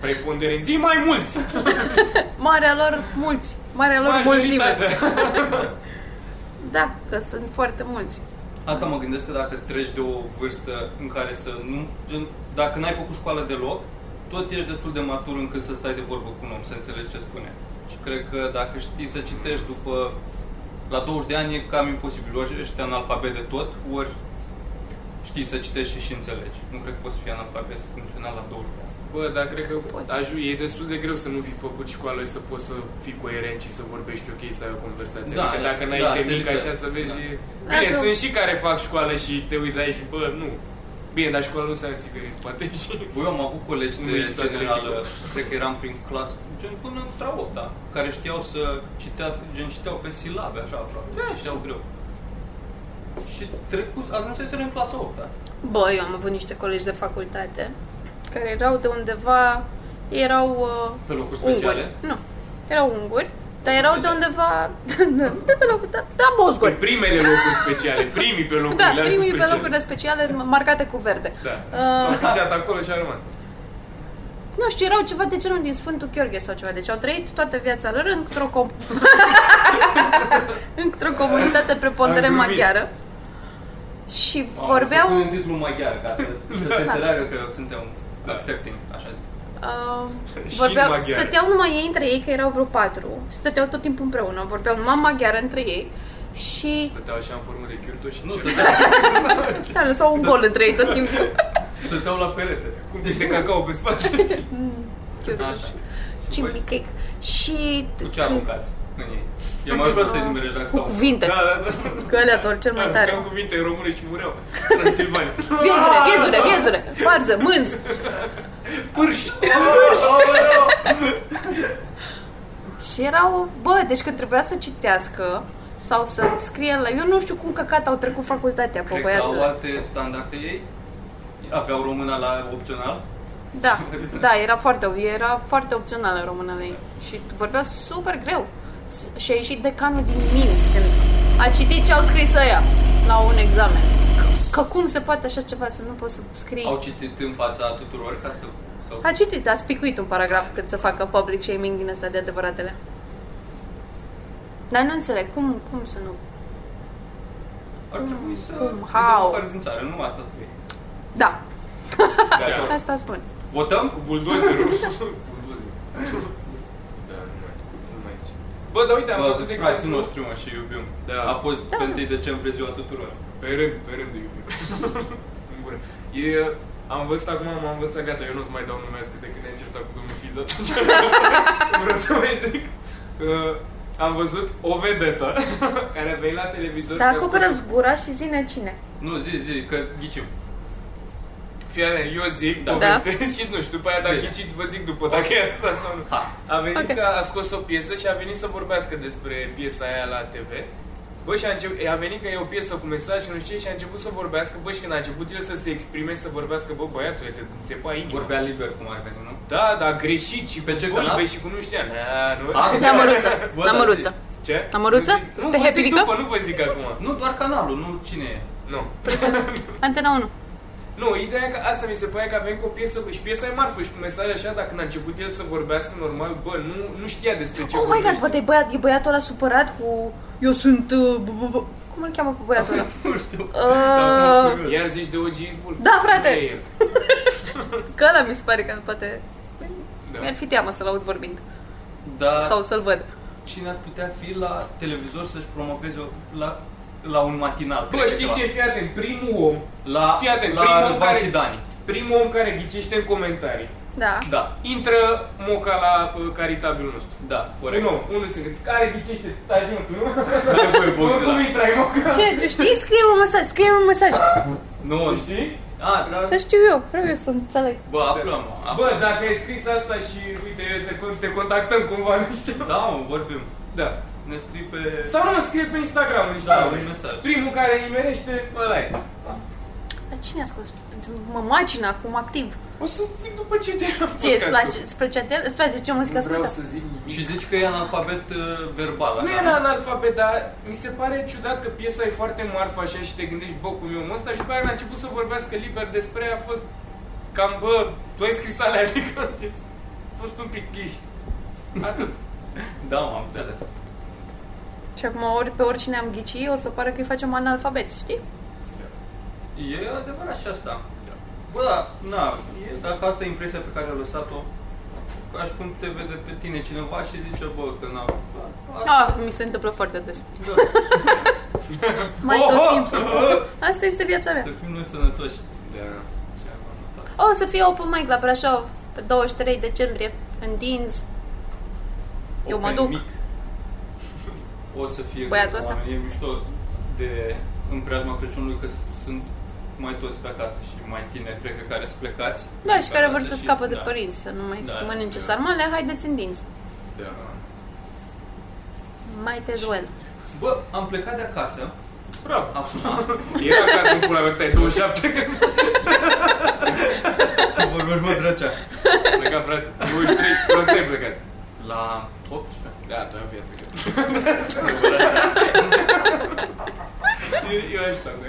C: Preponderent. Zi mai mulți.
B: Marea lor mulți. Marea lor mulțime.
C: Majoritatea.
B: Da, că sunt foarte mulți.
A: Asta mă gândesc că dacă treci de o vârstă în care să nu... Gen, dacă n-ai făcut școală deloc, tot ești destul de matur încât să stai de vorbă cu un om, să înțelegi ce spune. Și cred că dacă știi să citești după... La 20 de ani e cam imposibil. Ori ești analfabet de tot, ori știi să citești și, și înțelegi. Nu cred că poți fi analfabet funcțional la 20 de ani.
C: Bă, dar cred că
B: Poți.
C: aju, e destul de greu să nu fi făcut școală și să poți să fii coerent și să vorbești ok, să ai o conversație.
A: Da,
C: adică dacă n-ai
A: da,
C: da,
A: se
C: mic
A: lipează.
C: așa să vezi...
A: Da.
C: e-
B: Da,
C: Bine,
B: că-
C: sunt și care fac școală și te uiți aici și bă, nu. Bine, dar școală nu înseamnă țigării, poate și...
A: Băi, eu am avut colegi
C: Nu
A: de
C: există
A: generală,
C: genetică.
A: cred că eram prin clasă, gen până între a 8 care știau să citească, gen citeau pe silabe, așa aproape, da, știau greu. Și trecut, ajunseseră în clasa 8
B: Bă, eu am avut niște colegi de facultate care erau de undeva, erau uh,
A: pe locuri
B: unguri.
A: speciale.
B: Nu, erau unguri, dar erau de undeva, [LAUGHS] de pe locul, da, da
C: Pe
B: mozguri.
C: primele locuri speciale, primii pe locurile
B: Da,
C: alea
B: primii pe
C: speciale.
B: locurile speciale marcate cu verde.
C: Da.
B: Uh.
C: S-au pișat acolo și a rămas.
B: Nu știu, erau ceva de genul din Sfântul Gheorghe sau ceva. Deci au trăit toată viața lor într-o,
C: [LAUGHS]
B: com- într-o comunitate preponderent
A: Am glumit.
B: maghiară. Și
A: Am
B: vorbeau...
A: făcut un titlu maghiar ca să, [LAUGHS] să
C: Da.
A: se înțeleagă că suntem Da. accepting, așa zic.
B: Uh,
C: Și
B: vorbeau,
C: maghiare.
B: stăteau numai ei între ei, că erau vreo patru. Stăteau tot timpul împreună, vorbeau numai maghiară între ei și
C: Stăteau așa în formă de chiurto și
A: Nu,
C: ce?
B: a lăsat un gol între ei tot timpul.
C: [LAUGHS]
A: stăteau la perete.
C: Cum de cacao pe spate?
B: Chiuruș.
A: Așa.
B: Chimney cake. Și
C: Cu ce mâncați? În ei.
A: E mai ușor să enumerezi dacă
B: cu
A: stau.
B: cuvinte.
C: Da, da, da.
B: Că alea dor cel mai tare.
C: Am cuvinte în română și mureau.
B: [LAUGHS]
C: Transilvania.
B: Viezure, viezure, viezure, varză, mânz.
A: [LAUGHS]
C: Pârș!
B: Și erau, bă, deci când trebuia să citească sau să scrie la... Eu nu știu cum căcat au trecut facultatea
A: Cred
B: pe
A: că au
B: băiatul.
A: alte standarde ei. Aveau româna la opțional.
B: Da, da, era foarte, era foarte opțional în românele ei. Și vorbea super greu. S- Și a ieșit decanul din minți când a citit ce au scris ăia la un examen. Că cum se poate așa ceva să nu poți să scrii?
A: Au citit în fața tuturor ca să... Sau...
B: A citit, a spicuit un paragraf cât să facă public shaming din asta de adevăratele. Dar nu înțeleg, cum, cum să nu...
A: Ar
C: Mm.
A: trebui să...
B: Cum? How?
A: How? din țară, nu asta spui.
B: Da,
C: Gata.
B: asta spun.
A: Votăm?
C: Cu [LAUGHS] buldozerul. Buldozerul. Da, nu mai- nu mai zice. Bă, dar uite, am
A: Bă,
C: văzut
A: sunt frații
C: exemplu.
A: noștri, mă, și iubim.
C: Da.
A: A fost pe 1 decembrie ziua tuturor.
C: Pe rând, pe rând de [LAUGHS] iubire. În gură. E, am văzut acum, m-am învățat, gata, eu nu-ți mai dau numele câte când ne-am certat cu domnul [LAUGHS] Fiza, atunci vreau să, vreau să mai zic. Uh, am văzut o vedetă [LAUGHS] care a venit la televizor.
B: Dar
C: și a spus-
B: acoperă gura și zine cine.
A: Nu, zi, zi, că ghicim.
C: Fii atent, eu zic,
A: Da.
C: da. povestesc și nu știu, după aia dacă
A: Bine.
C: ghiciți, vă zic după dacă e asta sau nu.
A: Ha.
C: A venit
B: Ok.
C: că a scos o piesă și a venit să vorbească despre piesa aia la TV. Bă, și a, început, a venit că e o piesă cu mesaj și nu știu ce, și a început să vorbească, bă, și când a început el să se exprime și să vorbească, bă, băiatule, te înțepa inima.
A: Vorbea liber cum ar veni, nu?
C: Da, dar greșit și
A: Pe
C: cu
A: ce
C: golbe
A: canal?
C: și cu nu știam. Da, nu.
A: Ah.
B: La măruță,
A: Bă,
B: la
A: da,
B: măruță.
C: Ce?
B: La măruță?
C: Nu zic- Nu,
B: Pe
C: vă zic
B: Happy Lică?
C: după, nu vă zic acum.
A: Nu doar canalul, nu cine e.
C: Nu.
B: Antena 1.
C: Nu, ideea e că asta mi se pare că avem cu o piesă cu- și piesa e marfă și cu mesaje așa, dacă n-a început el să vorbească normal, bă, nu, nu știa despre ce
B: Oh my god,
C: vorbește.
B: poate e, băiat, e băiatul ăla supărat cu... Eu sunt... uh, bă, bă, bă. Cum îl cheamă pe băiatul ăla?
A: [LAUGHS] Nu știu.
B: Uh,
A: Dar
C: Iar zici de OG Izbul?
B: Da, frate!
C: Nu e el.
B: [LAUGHS] Că ăla mi se pare că poate... Mi-ar
C: Da.
B: fi teamă să-l aud vorbind.
A: Dar
B: Sau să-l văd.
A: cine ar putea fi la televizor să-și promoveze o- la, la un matinal?
C: Da. Bă,
A: cred că
C: știi
A: ceva.
C: ce? Fii atent, primul om,
A: La,
C: Fii atent,
A: la
C: primul
A: Răzvan
C: care-
A: și Dani.
C: primul om care ghicește în comentarii.
B: Da.
A: Da,
C: Intră moca la uh, caritabilul nostru.
A: da, corect.
C: Un om, unul singur. Care ghicește? Stai și tu, nu?
A: Care
C: [LAUGHS]
A: voi boxe,
C: Oricum
A: da.
C: intrai moca.
B: Ce, tu știi? Scrie-mi un mesaj, scrie-mi un mesaj.
A: Nu, știi?
C: Știi?
A: A, da.
B: Să știu eu, vreau eu să înțeleg.
A: Bă, aflăm. aflăm.
C: Bă, dacă ai scris asta și, uite, eu te, con- te contactăm cumva, [LAUGHS] nu știu.
A: Da, mă, vorbim.
C: Da.
A: Ne scrii pe...
C: Sau nu mă scrie pe Instagram niște
A: Da,
C: da,
A: un mesaj.
C: Primul care nimerește, ăla e.
B: Dar cine a scos? Mă macină acum activ.
C: O să zic după ce te am
B: Ce, îți place, îți place, de- îți place ce muzică
C: Nu vreau
B: ascultă?
C: să zic nimic.
A: Și zici că e analfabet uh, verbal,
C: Nu
A: așa.
C: era analfabet, dar mi se pare ciudat că piesa e foarte marfă așa și te gândești, bă, cum e omul ăsta și după aia a început să vorbească liber despre ea, a fost cam, bă, tu ai scris alea, [LAUGHS] adică ce- a fost un pic ghiși. Atât.
A: Da, mă, am înțeles.
B: Și acum ori pe oricine am ghici, o să pară că îi facem analfabet, știi?
A: E adevărat și asta. Bă, da, na, e, dacă asta e impresia pe care a lăsat-o, ca și cum te vede pe tine cineva și zice, bă, că n-a... Da.
B: Ah, mi se întâmplă foarte des. [LAUGHS] Mai
C: Da. Oho!
B: tot timpul. Asta este viața mea.
A: Să fim noi sănătoși.
C: Da.
A: Și am anotat.
B: O să fie open mic la Brașov pe 23 decembrie, în dinți. Eu mă
A: Open
B: duc.
A: mic. [LAUGHS] O să fie
B: Băiatul
A: cu
B: ăsta?
A: oamenii. E mișto de în preajma Crăciunului că s- sunt mai toți pe acasă și mai tineri, cred că, care sunt plecați.
B: Da, și
A: Pe
B: care
A: acasă
B: vor să
A: și-
B: scapă de
A: da.
B: părinți, să nu mai
A: Da,
B: mănânce
A: da.
B: sarmale, haideți în dinți. Might as well.
A: Bă, am plecat de acasă,
C: [LAUGHS] Bravo.
A: acum,
C: Era ca când pula mea, te-ai 27 când
A: vorbim, mă, drăcea,
C: a plecat, frate. 23, frate, ai plecat.
A: la 18.
C: Da, tu ai o viață că...
A: [LAUGHS]
C: Eu- Eu așa, nu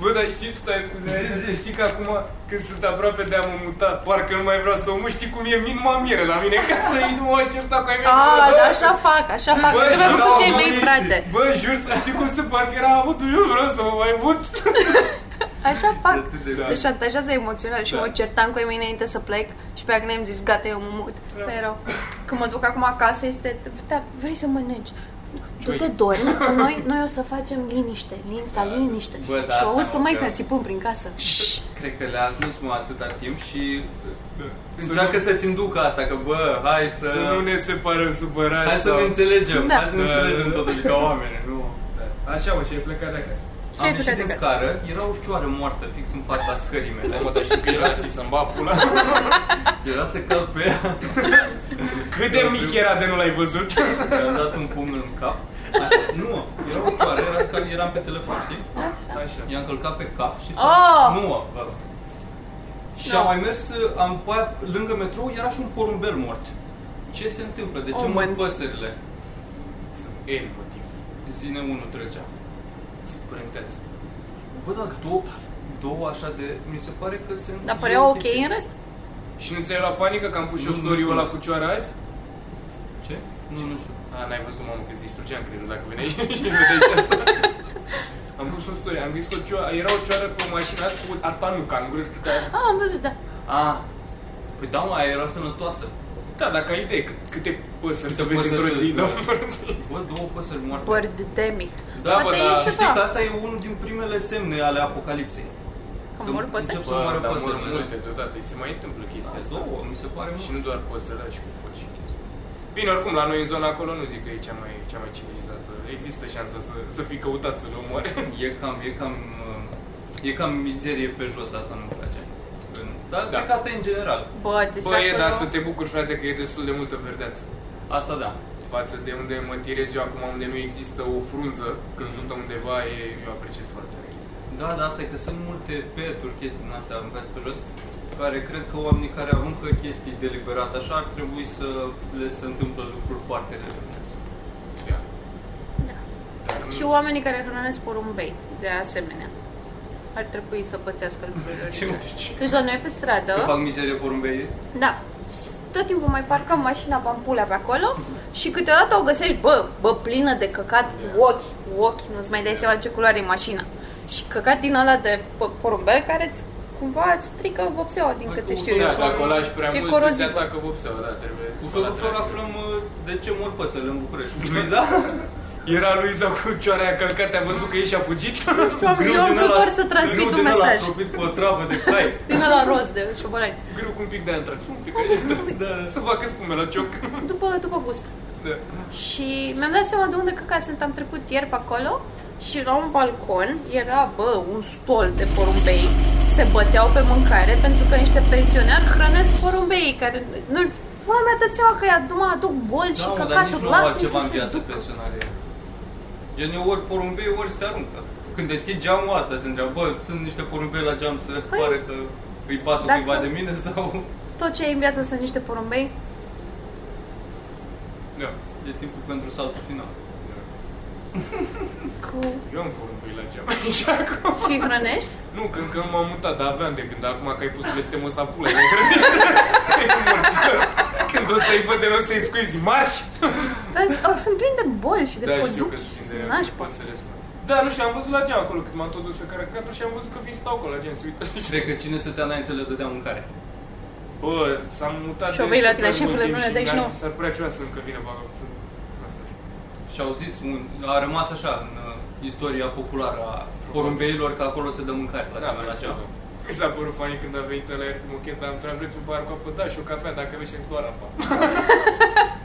C: Bă, dar știi, stai, scuze,
A: Zi, zi.
C: știi că acum când sunt aproape de a mă muta, parcă nu mai vreau să o mut, știi cum e, min mă mire la mine, ca să nu mă mai certa cu ai mei.
B: Ah,
C: Păi, Bă,
B: dar așa fac, așa fac.
C: Bă,
B: Așa mi-au
C: și
B: făcut și
C: la
B: ei mei,
A: oameni
B: frate.
C: Bă, jur, să știi cum se parcă era avut, eu vreau să mă mai mut.
B: Așa fac.
A: Atât de
C: Da.
B: Te șantajează emoțional și
A: Da.
B: mă certam cu ei mei înainte să plec și pe acne am zis, gata, eu mă mut. Pe erau. Când mă duc acum acasă este, da, vrei să mănânci? Tu te
A: [LAUGHS]
B: dormi, că noi, noi o să facem liniște, linta, liniște.
A: Bă, da,
B: și
A: asta
B: o auzi pe
A: mă,
B: mai
A: că-
B: pe țipând prin casă.
A: Cred că le-a ajuns mă atâta timp și încearcă să-ți inducă asta, că bă, hai să...
C: Să nu ne separăm supărați.
A: Hai să
C: sau-
A: ne înțelegem,
B: Da.
A: hai să ne
C: Da.
A: înțelegem totul ca oameni, nu?
C: Așa mă, și ai plecat de acasă.
B: ai
A: Am ieșit
B: plecat
A: din
B: de acasă?
A: scară, era o cioară moartă fix în fața scării mele.
E: Da, mă, dar știi că
A: [LAUGHS]
E: era si să-mi bag pula?
A: Era să căl pe ea,
C: [LAUGHS] Cât de mic era de nu l-ai
A: [LAUGHS]
C: văzut?
A: mi-am dat un pumn în cap. Așa, nu, era o cioară, era scară, eram pe telefon, știi?
B: Așa.
C: Așa.
A: I-am călcat pe cap și
B: Oh!
A: Nu, mă, vă rog. Și
B: Nu.
A: am mai mers, am după aia, lângă metrou, era și un porumbel mort. Ce se întâmplă? De ce
B: Oh,
A: mor
B: mănți.
A: păsările?
C: El motiv.
A: Zine unul trecea. Zic, curentează. Bă, dar două, două așa de... Mi se pare că se...
B: Dar
A: e
B: părea
A: o
B: ok
A: chestie.
B: în rest?
C: Și nu ți-ai luat panică că am pus și eu
A: Nu, nu
C: story-ul ăla
A: cunosc.
C: cu cioara azi?
A: Ce? Nu, nu știu.
C: A, n-ai văzut, mamă, că îți distrugeam credul dacă veneai și [LAUGHS] și vedeai și asta. Am pus un story, am zis că o cioară, era o cioară pe o mașină azi cu atanuca în gură, știu că aia-
B: Ah, am văzut, da.
A: A, păi da, mă, aia era sănătoasă.
C: Da, dacă ai idee, cât, câte păsări să
A: Câte
C: vezi într-o
A: păsări
C: zi,
A: să-
C: da? [LAUGHS]
A: Bă, două păsări moarte.
B: Bird damn it.
A: da, bă,
B: Poate
A: dar
B: e
A: știi că
B: ceva.
A: asta e unul din primele semne ale apocalipsei.
B: Că
A: Să
B: mor păsări.
A: încep să moară
C: dar Da, mor
A: păsările.
C: multe deodată, îi se mai întâmplă chestia
A: Da,
C: asta.
A: două, mi se pare mult.
C: Și nu doar păsări, dar și cu furci și chestii. Bine, oricum, la noi în zona acolo nu zic că e cea mai, cea mai civilizată. Există șansa să, să fii căutat să nu moare.
A: E cam, e cam, uh, e cam mizerie pe jos, asta nu-mi place. În- Dar
C: Da.
A: cred că asta e în general.
B: Bă, deci
C: Bă, e,
B: acolo-
C: dar să te bucuri, frate, că e destul de multă verdeață.
A: Asta da.
C: Față de unde mă tirez eu acum, unde nu există o frunză căzută
A: Mhm.
C: undeva, e, eu apreciez foarte mult chestia asta.
A: Da, dar asta e că sunt multe peturi, chestii din astea aruncate pe jos, care cred că oamenii care aruncă chestii deliberat așa ar trebui să le se întâmplă lucruri foarte rele.
C: Da.
B: Da.
C: Dar
B: Și
C: nu-
B: oamenii care hrănesc porumbei, de asemenea, ar trebui să pățească lucrurile
C: Ce
B: orice.
C: zici?
B: Deci la noi pe
A: Că
B: stradă,
A: fac mizerie porumbei.
B: da, și tot timpul mai parcăm mașina pampulea pe acolo și câteodată o găsești, bă, bă, plină de căcat,
C: Yeah.
B: ochi, ochi, nu-ți mai dai seama ce culoare e mașina. Și căcat din ăla de p- porumbel care îți, cumva îți strică vopseaua, din
A: Hai
B: câte
A: cu-
B: știu eu.
C: Da, dacă o lași prea
B: E
C: mult,
B: corozivă.
C: îți atacă vopseaua, da, trebuie.
A: Ușor,
C: spălat
A: ușor
C: repede.
A: aflăm uh, de ce mor păsările în București. [LAUGHS] Luiza?
C: Era Luiza cu cioarea călcată, a văzut că ei și-a fugit?
B: Și oamenii,
A: Grâu
B: eu am
A: din
B: vrut
A: ăla-
B: doar să transmit
A: grâu
B: un
A: din ăla
B: mesaj.
A: stropit cu o travă de
B: [LAUGHS]
A: cai.
B: Din ăla roz de șobolani.
C: Greu cu un pic de antrax, un pic așa,
A: Da.
C: să facă spume la cioc.
B: După, după gust.
C: Da.
B: Și mi-am dat seama de unde căcat sunt. Am trecut ieri pe acolo și la un balcon era, bă, un stol de porumbei. Se băteau pe mâncare pentru că niște pensionari hrănesc porumbei care nu... Mă, mi-a dat seama că i-a numai aduc boli și
A: Da, mă, dar nici
B: căcatul.
A: nu au
B: Lasă-i
A: altceva
B: să
A: în
B: se
A: viață
B: ducă.
A: personală. Gen, eu ori porumbei, ori se aruncă. Când deschid geamul asta, se întreabă, bă, sunt niște porumbei la geam, se
B: Păi,
A: pare că îi pasă
B: dacă-
A: cuiva de mine sau [LAUGHS]
B: Tot ce ai în viață sunt niște porumbei.
C: Da.
A: e timpul pentru saltul
B: [LAUGHS]
A: final.
B: Cu...
C: Eu am porumbei la geam aici acum.
B: Și îi hrănești?
C: Nu, că încă nu m-am mutat, dar aveam de când. Acum că ai pus blestemul ăsta, pula, e [LAUGHS] grăbește. Când o să-i văd de nu o să-i scuizi, marș!
B: Dar s- au- sunt plini de boli și de
C: Da, știu că
B: păduchi și
C: sunt
B: de
C: de
B: nașpa.
C: păsări Da, nu știu, am văzut la geam acolo când m-am tot dus să cărăcatul și am văzut că vin stau acolo la geam, se uită.
A: Și cred că cine stătea înainte le dădea mâncare.
C: Bă, s-am mutat
B: Și o vei la tine,
C: super mult
B: șefule,
C: timp
B: deci nu ne
C: și
B: dai și
C: mi-ar-
B: nouă.
C: S-ar prea ceva să încă vină bagă.
A: Și au zis, un, a rămas așa în uh, istoria populară a porumbeilor că acolo se dă mâncare la,
C: Da,
A: geam, la
C: mai
A: geam.
C: știu. Mi s-a părut funny când a venit la cu mocheta, am întrebat vreți un bar cu apă, da, și o cafea, dacă vrei și am zis, doar
B: [LAUGHS]
C: apa.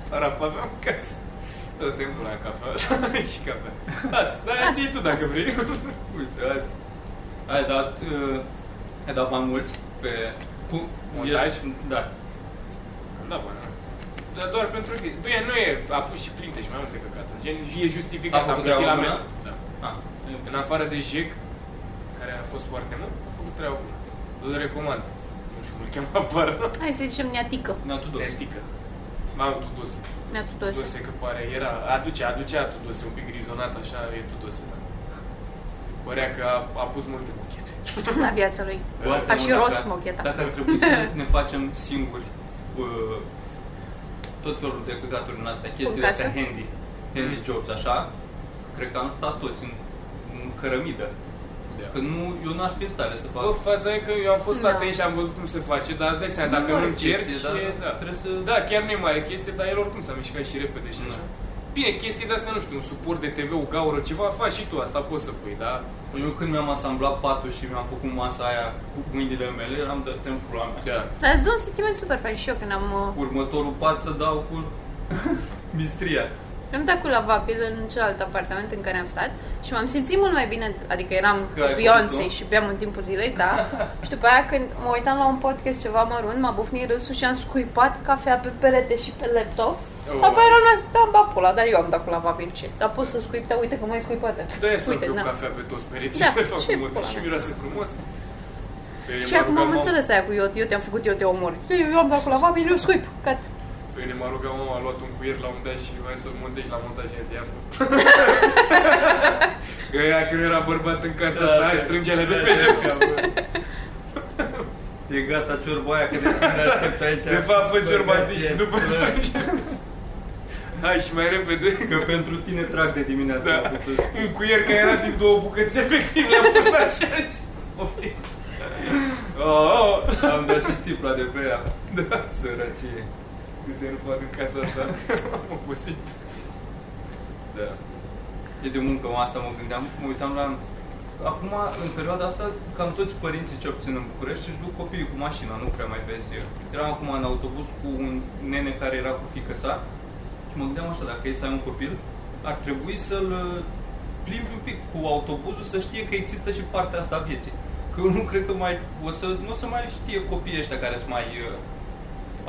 C: doar apa aveam în casă. Tot timpul la cafea, [LAUGHS] și cafea. Las, da,
B: Las,
C: ții tu dacă
B: las.
C: vrei.
A: Uite, hai. Ai dat, uh, ai dat mai mulți pe... Cu,
C: Montaj?
A: ești- da.
C: da, bă, da. Dar doar pentru că... Bine, nu e, a pus și plinte și mai multe căcate. Gen, e justificat,
A: A făcut
C: am plătit
A: treaba
C: la
A: bună?
C: mea. Da.
A: Ah,
C: În afară de Jec, care a fost foarte mult, a făcut treaba bună. Îl recomand. Nu știu cum îl cheamă apar.
B: Hai să zicem neatică.
A: mi-a tudos.
C: Etică. M-am Tudose.
B: Mi-a tutose.
C: Tudose că pare, era, aducea, aducea Tudose, un pic grizonat, așa, e Tudose, da. Părea că a, a pus multe buchete.
B: La viața lui.
A: Cu asta
B: A
A: mă,
B: și
A: dacă-
B: rost mocheta.
A: Dacă ar trebui să
B: [LAUGHS]
A: ne facem singuri uh, tot felul de căcaturi în astea, chestii de
B: casă?
A: astea handy, handy jobs, așa, cred că am stat toți în, în cărămidă.
C: Da.
A: Că nu, eu n-aș fi în stare să fac.
C: Bă, faza e că eu am fost
B: Da.
C: atent și am văzut cum se face, dar îți dai seama, dacă
A: Nu
C: nu
A: are
C: încerci,
A: chestie, da,
C: e- da.
A: trebuie să-
C: Da, chiar nu e mare chestie, dar el oricum s-a mișcat și repede și
A: Da.
C: așa.
F: Bine, chestii de-astea, nu știu, un suport de TV, o gaură, ceva, faci și tu asta, poți să pui, da?
A: Eu când mi-am asamblat patul și mi-am făcut masa aia cu mâinile mele, eram de tem pula mea.
F: Da.
B: Dar îți dă un sentiment super fain și eu când am... uh,
A: Următorul pas să dau cu mistria.
B: Am dat cu lavabil în celălalt apartament în care am stat și m-am simțit mult mai bine, adică eram
A: Că
B: cu
A: ai
B: Beyoncé
A: făcut-o?
B: și beam în timpul zilei, da. și după aia când mă uitam la un podcast ceva mărunt, m-a bufnit râsul și am scuipat cafea pe perete și pe laptop.
F: Oh.
B: Oh. Apoi eram la, da, ba, pula, dar eu am dat cu lavabil ce. Dar poți să scuip, da, uite că mai scuipată.
F: Da, ia să
B: uite,
F: beau
B: na.
F: cafea pe toți pereții
B: Da,
F: și să fac
B: ce
F: cum
B: pula
F: și
B: mea.
F: miroase frumos. Pe
B: Și acum am înțeles aia cu eu, eu te-am făcut, eu te omor. Eu, eu am dat cu lavabil, eu scuip, gata.
F: Pe mine m-a rugat mama, a luat un cuier la un dat și voia să montezi la montaj și ia fă.
B: [LAUGHS]
F: Că ea când era bărbat în casa
B: Da,
F: asta, hai strângele de pe jos.
A: E gata ciorba aia, că de când aștept aici.
F: Da. De fapt, fă ciorba
A: Băgat
F: întâi și
A: e
F: după
A: pula.
F: strângele. Hai și mai repede.
A: Că pentru tine trag de dimineață.
F: Da.
A: am putut.
F: Un cuier care era din două bucăți, efectiv le-am pus așa și... Poftim. Oh, oh. [LAUGHS]
A: Am dat și țipla de pe ea.
F: Da.
A: Săracie.
F: Câte nu fac în casa asta, am obosit. Da.
A: E de muncă, mă, asta mă gândeam, mă uitam la... Acum, în perioada asta, cam toți părinții ce obțin în București își duc copiii cu mașina, nu prea mai vezi. eu. Eram acum în autobuz cu un nene care era cu fică sa și mă gândeam așa, dacă e să ai un copil, ar trebui să-l uh, plimbi un pic cu autobuzul să știe că există și partea asta a vieții. Că eu nu cred că mai, o să, nu o să mai știe copiii ăștia care sunt mai uh,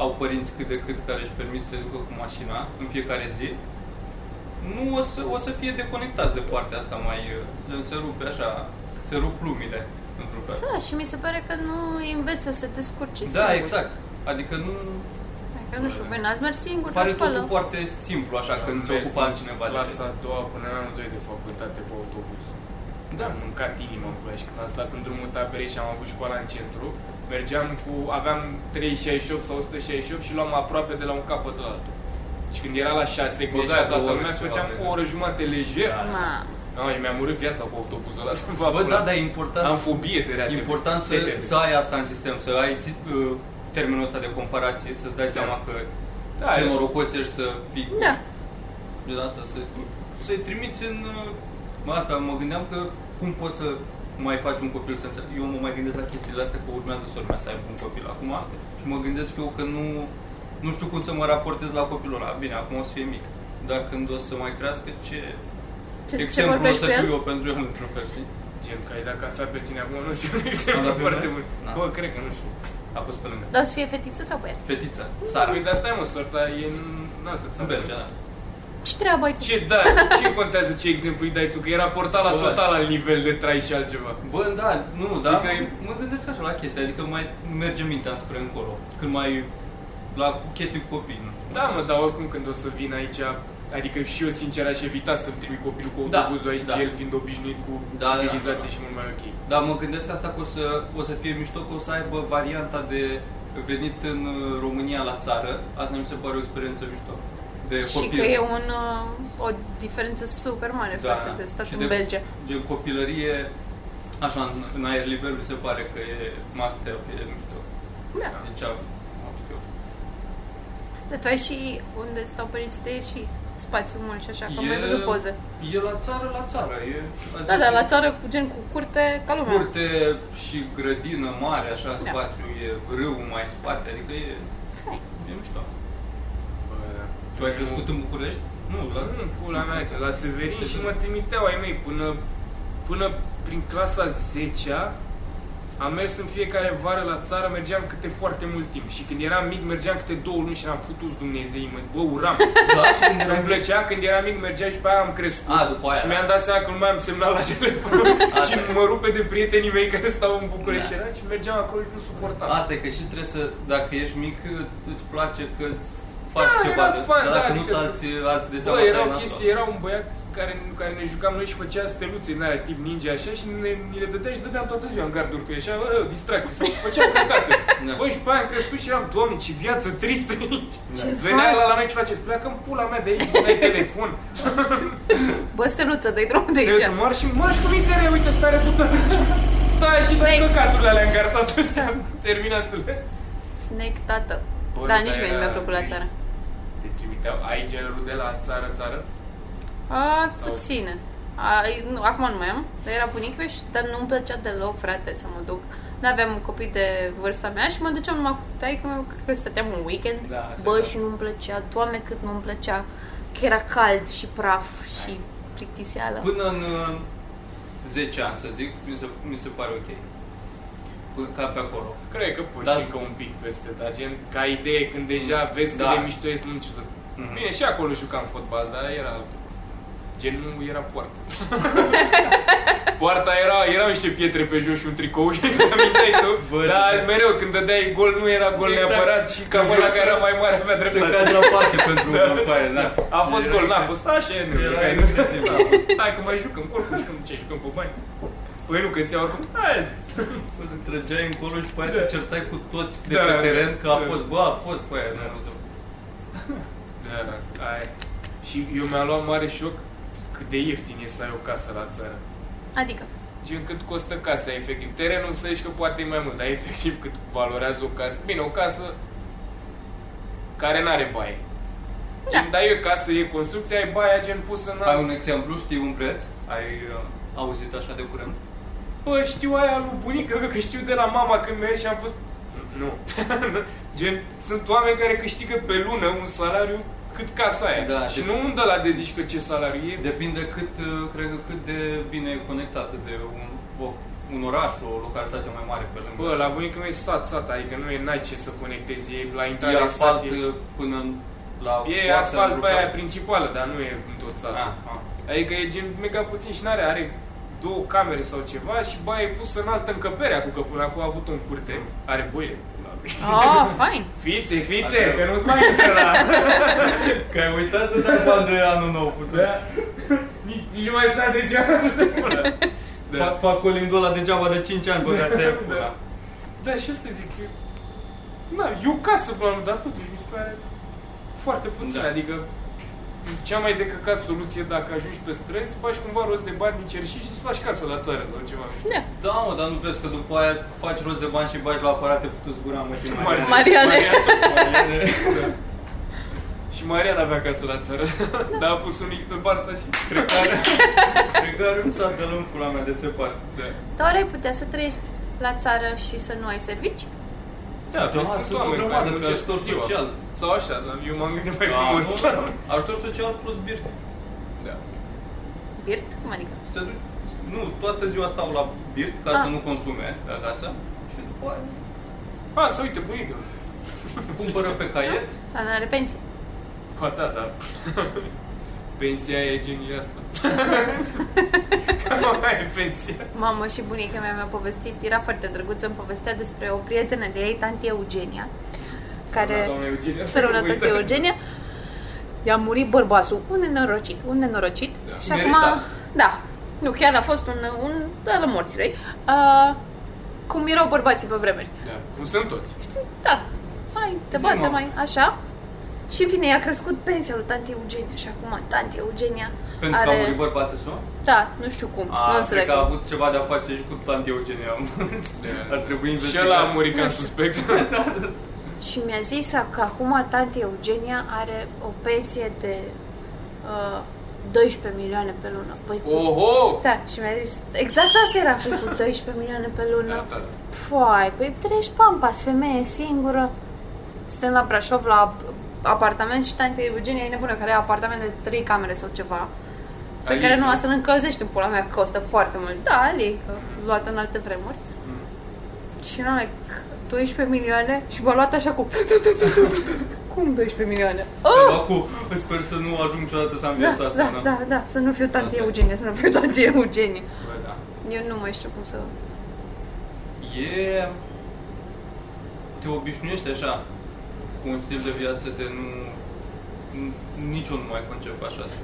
A: au părinți cât de cât care își permit să se ducă cu mașina în fiecare zi nu o să, o să fie deconectați de partea asta mai... uh, Se rupe așa, se rup lumile, într-un fel.
B: Da, și mi se pare că nu înveți să se descurce
A: Da,
B: singur.
A: exact. Adică nu...
B: Adică, nu știu, voi n-ați mers singur la
A: Pare totul
B: școală.
A: foarte simplu, așa, când se ocupă altcineva de
C: Clasa a doua până în anul 2 de facultate pe autobuz.
A: Da.
C: Da, am mâncat inima în și când am stat în drumul taberei și am avut școala în centru, mergeam cu, aveam 368 sau 168 și luam aproape de la un capăt la altul. Și când era la 6,
A: Bă,
C: greșea
A: da, două
C: toată
A: ore
C: lumea,
A: și
C: făceam
A: ceva,
C: o oră jumate lejer.
A: Da.
B: Ma.
C: Da. No, mi-am urât viața cu autobuzul ăla [LAUGHS] să-mi
A: Bă,
C: fac
A: da, dar e important,
C: Am fobie de rea.
A: e important să, să ai asta în sistem, să ai uh, termenul ăsta de comparație, să-ți dai seama că
C: Da,
A: ce
C: e-
A: norocos ești să fii cu
B: Da.
A: de asta să, să-i trimiți în... uh, Asta, mă gândeam că cum poți să mai faci un copil să înțeleagă. Eu mă mai gândesc la chestiile astea că urmează să mea să aibă un copil acum și mă gândesc eu că nu, nu știu cum să mă raportez la copilul ăla. Bine, acum o să fie mic. Dar când o să mai crească, ce,
B: Ce, ce
A: exemplu o
B: vorbești
A: să
B: cu el?
A: fiu eu pentru el într-un fel, știi?
C: Gen, că ai dat cafea pe tine acum, nu știu un exemplu
A: dat pe
C: foarte
A: mine?
C: bun.
A: Da.
C: Bă, cred că nu știu.
A: A fost pe lângă.
B: Dar o să fie fetiță sau băiat?
A: Fetița,
C: Dar
A: Sara.
C: uite, asta e mă, sorta e în, în altă
A: În
C: țară.
A: Belgia, da.
B: Ce treabă ai tu?
C: Ce da, ce contează ce exemplu îi dai tu? Că e raportat la
A: Bă. da.
C: total al nivel de trai și altceva.
A: Bă, da, nu, dar
C: Adică
A: adică
C: e-
A: mă gândesc așa la chestia, adică mai merge mintea spre încolo. Când mai la chestii cu copii, nu știu.
C: Da, mă, dar oricum când o să vin aici, adică și eu sincer aș evita să-mi trimit copilul cu
A: Da,
C: autobuzul aici,
A: da.
C: el fiind obișnuit cu
A: Da, da, da.
C: civilizație și mult mai ok.
A: Dar Da, mă gândesc că asta că o să, o să fie mișto, că o să aibă varianta de venit în uh, România la țară. Asta mi se pare o experiență mișto. De
B: Și
A: copil.
B: că e un, uh, o diferență super mare
A: Da,
B: față de statul
A: și
B: în Belgia.
A: Gen copilărie, așa, în, în aer liber, mi se pare că e master, e mișto.
B: Da.
A: Deci am am făcut eu.
B: Dar tu ai și unde stau părinții tăi și spațiu mult și așa, Da, că
A: E- Da,
B: mai văzut poze.
A: E la țară, la țară. E,
B: Da,
A: adică-
B: da, la țară, cu gen cu curte, ca lumea.
A: Curte și grădină mare, așa,
B: Da.
A: spațiu, e râul mai în spate, adică e,
B: Hai.
A: e mișto.
C: Bă, da.
A: Tu ai crescut în București? Nu, la
C: Nu, pula mea, că la Severin și mă trimiteau ai mei până, până prin clasa 10 am mers în fiecare vară la țară, mergeam câte foarte mult timp și când eram mic mergeam câte două luni și am putut Dumnezei, mă, bă,
A: [LAUGHS]
C: uram.
A: Da, și când
C: Îmi
A: eram plec.
C: plăcea când eram mic, mergeam și pe aia am crescut.
A: A, după aia,
C: și
A: da.
C: mi-am dat seama că nu mai am semnal la
A: [LAUGHS]
C: telefon și
A: Asta e.
C: mă rupe de prietenii mei care stau în București
A: Da.
C: era și mergeam acolo și nu suportam.
A: Asta e că și trebuie să, dacă ești mic, îți place că îți faci
C: Da,
A: ceva,
C: era
A: de,
C: fan,
A: dar
C: da,
A: dacă nu
C: adică
A: s alți, alți de seama
C: Bă,
A: ta
C: era
A: e
C: o
A: nasol.
C: chestie, era un băiat care, cu care ne jucam noi și făcea steluțe în aia, tip ninja așa și ne, ni le dădea și dădeam toată ziua în garduri cu el așa, bă, distracții, sau făceam căcate.
A: Da.
C: Bă, și pe aia am crescut și eram, doamne, ce viață tristă aici.
A: Ce
C: Venea la, la noi ce faceți, pleacă în pula mea de aici, nu ai telefon.
B: Bă, steluță, dai drumul de
C: Trebuie
B: aici.
C: să mor și mă, și cu mizeria, uite, stare cu tot. Stai și dai
B: Snake.
C: căcaturile alea în gard toată seara, terminatul.
B: Snake, tată.
C: Bă,
B: Da,
C: nu,
B: nici
C: dar
B: mie nu
C: era-
B: mi-a plăcut la țară.
C: Te trimiteau, ai gen rude la țară, țară?
B: A,
C: Sau-
B: puține. A, nu, acum nu mai am, dar era bunicul și dar nu-mi plăcea deloc, frate, să mă duc. N-aveam copii de vârsta mea și mă duceam numai cu taică meu, cred că stăteam un weekend.
C: Da, așa
B: Bă,
C: da.
B: și nu-mi plăcea, doamne cât nu-mi plăcea, că era cald și praf și plictiseală.
A: Până în uh, 10 ani, să zic, mi se, mi se pare ok. Până ca pe acolo.
C: Cred că poți
A: Da.
C: și încă un pic peste, dar gen ca idee când deja vezi cât
A: Da.
C: de mișto ești, nu știu să...
A: Mhm.
C: Bine, și acolo jucam fotbal, dar era... Gen, nu era
A: [LAUGHS]
C: poartă. Poarta era, erau niște pietre pe jos și un tricou [LAUGHS] și îți aminteai tu,
A: Bă,
C: dar
A: da.
C: mereu când dădeai gol nu era gol
A: Exact.
C: neapărat și cam ăla care era mai mare avea
A: Se
C: dreptate.
A: cazi la pace
C: [LAUGHS]
A: pentru
C: Da.
A: da. pare, da.
C: A fost
A: Era-
C: gol, n-a fost așa, nu.
A: Era
C: Hai,
A: indicativ, da.
C: Hai că mai jucăm, oricum jucăm, ce jucăm pe bani? Păi nu, că ți-au oricum, hai zi.
A: Să te trăgeai încolo și pe aia te certai cu toți de
C: Da.
A: pe teren că a
C: Da.
A: fost, bă, a fost pe aia,
C: Da.
A: nu știu.
C: Da, ai. Și eu mi-am luat mare șoc cât de ieftin e să ai o casă la țară. [LAUGHS]
B: Adică,
C: Gen cât costă casa, efectiv. Terenul să zici că poate e mai mult, dar efectiv cât valorează o casă. Bine, o casă care n-are baie.
B: Da.
C: Gen, dar e casă, e construcție, ai baia gen pusă în
A: Ai
C: alt.
A: un exemplu, știi un preț? Ai uh, auzit așa de curând?
C: Bă, știu aia lui bunică, că știu de la mama când mi și am fost... Nu. [LAUGHS] Gen, sunt oameni care câștigă pe lună un salariu cât casa aia.
A: Da,
C: și
A: de-
C: nu un de la de zici pe ce salariu e,
A: Depinde cât, uh, cred că cât de bine e conectat de un, o, un oraș, o localitate mai mare pe lângă.
C: Bă, la bunica mea e sat, sat, adică nu e, n-ai ce să conectezi, e la intrare
A: e
C: în
A: asfalt
C: sat,
A: uh, până în- la
C: e, e
A: coastă,
C: asfalt pe
A: lucrat.
C: aia principală, dar nu e în tot satul.
A: Ah, ah.
C: Adică e gen mega puțin și n-are, are două camere sau ceva și ba e pusă în altă încăpere acum, că până acum a avut un curte, are voie. pula lui.
B: oh, fain.
C: Fițe, fițe,
A: Asta-
C: că nu-ți mai intră la...
A: [LAUGHS] Că ai uitat să dai bani de anul nou, putu.
C: da. [LAUGHS] Nici, nici mai s-a de ziua nu te pula.
A: Da. Fac, fac colindul ăla degeaba de 5 ani, bă, că ți-ai pula.
C: Da. Da, și asta zic, eu... Na, eu casă planul, dar totuși mi se pare foarte puțin, da.
A: Da.
C: adică cea mai de căcat soluție dacă ajungi pe străzi, faci cumva rost de bani din cerșii și îți faci casă la țară sau ceva. nu știu.
B: Da.
A: Da, mă, dar nu vezi că după aia faci rost de bani și bagi la aparate futuți gura, mă, ce mai
B: Mare. Mariane.
C: Mariane. da. Și Marian avea casă la țară, dar a pus un X pe Barça și cred că are.
A: Cred că are un sat de lung, pula mea, de țepar.
C: Da.
B: Dar ai putea să trăiești la țară și să nu ai servici?
C: Da,
A: Da,
C: deci
A: sunt
C: sunt
A: o
C: oameni
A: grămadă
C: care
A: de
C: muncesc
A: ajutor
C: ziua.
A: social.
C: Sau așa, dar eu m-am gândit mai
A: Da,
C: frumos.
A: mă, Ajutor social plus bir.
C: Da.
B: Birt? Cum adică?
A: Se duc, nu, toată ziua stau la birt ca
B: Ah.
A: să nu consume de acasă și după aia
C: A, Ah, să uite, bunica.
A: cumpără pe caiet.
B: Dar nu are pensie.
C: Ba da, [LAUGHS] da. Pensia e genia asta. Cam mai e pensia.
B: Mamă și bunica mea mi-a povestit, era foarte drăguță, îmi povestea despre o prietenă de ei, tanti Eugenia,
C: Săruna
B: care...
C: doamna Eugenia.
B: Săruna
C: Nu
B: tanti
C: uitați.
B: Eugenia. I-a murit bărbatul, un nenorocit, un nenorocit.
C: Da.
B: Și
A: Merita.
B: acum, da, nu, chiar a fost un, un da, la morții lui. Uh, cum erau bărbații pe vremuri.
C: Da, cum sunt toți.
B: Știi? Da. Hai, te
A: Zi,
B: bată
A: mă.
B: mai, așa. Și în fine, i-a crescut pensia lui tante Eugenia și acum tante Eugenia
A: Pentru că a murit bărbatul său?
B: Da, nu știu cum,
A: A,
B: nu
A: Ah, cred
B: înțeleg
A: că a
B: cum.
A: avut ceva de-a face și cu tante Eugenia.
C: Da.
A: Ar trebui
C: Și
A: investigat.
C: ăla a murit ca în suspect.
A: [LAUGHS]
B: Și mi-a zis că acum tante Eugenia are o pensie de uh, 12 milioane pe lună. Păi,
C: Oh,
B: cu-
C: Oho!
B: Da, și mi-a zis, exact asta era
A: [LAUGHS]
B: păi, cu 12 milioane pe
C: Da,
B: lună.
C: da.
B: Foai, păi treci pampas, femeie singură. Suntem la Brașov la apartament și tante Eugenia e nebună, care are apartament de 3 camere sau ceva. Pe
C: Ali,
B: care nu
C: nu?
B: a să-l încălzești în pula mea, că costă foarte mult. Da, Ali, că luată în alte vremuri.
A: Mm.
B: Și nu like, 12 milioane și m-a luat așa cu...
A: [LAUGHS] Da,
B: Cum 12 milioane? Oh!
A: Cu, sper să nu ajung niciodată să am
B: Da,
A: viața asta.
B: da,
A: na.
B: da, da, să nu fiu tante
A: Asta e.
B: Eugenie, să nu fiu tante Eugenie.
C: Bă, da.
B: Eu nu mai știu cum să...
A: E... Te obișnuiești așa cu un stil de viață de nu... n- Nici eu nu mai concep așa să...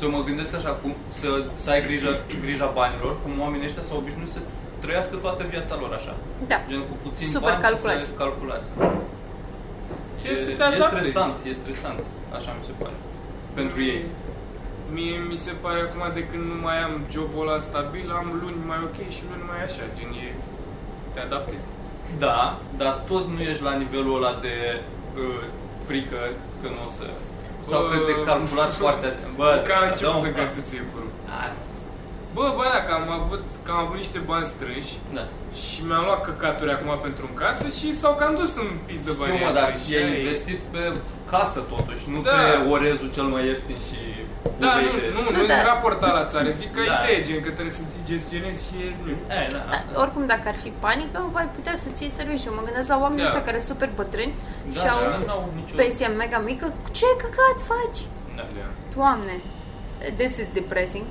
A: Să mă gândesc așa cum, să, să ai grijă, grija banilor, cum oamenii ăștia s-au obișnuit să trăiască toată viața lor așa.
B: Da.
A: Gen cu puțin
B: Super
A: bani și
B: calculați.
A: să calculați. E,
C: Trebuie să te
A: e
C: adaptezi.
A: stresant, e stresant, așa mi se pare. Pentru ei.
C: Mie mi se pare acum de când nu mai am jobul ăla stabil, am luni mai ok și luni mai așa, gen e... Te adaptezi.
A: Da, dar tot nu ești la nivelul ăla de uh, frică că nu o să... Sau cât de
C: [LAUGHS]
A: calculat foarte...
C: Bă,
A: Bă,
C: că a
A: da,
C: început să
A: un-
C: gățăție părul. Bă, bă, da, că am avut, că am avut niște bani strânși
A: Da.
C: și mi-am luat căcaturi acum pentru un casă și s-au cam dus în pis de bani.
A: Nu mă, dar e investit pe casă totuși, nu
C: Da.
A: pe orezul cel mai ieftin și
C: Da, nu,
A: ureide.
C: nu,
B: Nu,
C: nu,
B: da.
C: nu raportat la țară, zic că
A: Da.
C: e idee, gen că trebuie să ți gestionezi și e- nu.
A: E, da,
B: Da,
A: asta.
B: oricum, dacă ar fi panică, ai putea să-ți iei serviciu. Mă gândesc la oamenii
C: Da.
B: ăștia care sunt super bătrâni
A: Da,
B: și
A: da,
B: au
A: nu au nicio...
B: pensia mega mică. Ce căcat faci?
A: Da.
B: Doamne, this is depressing.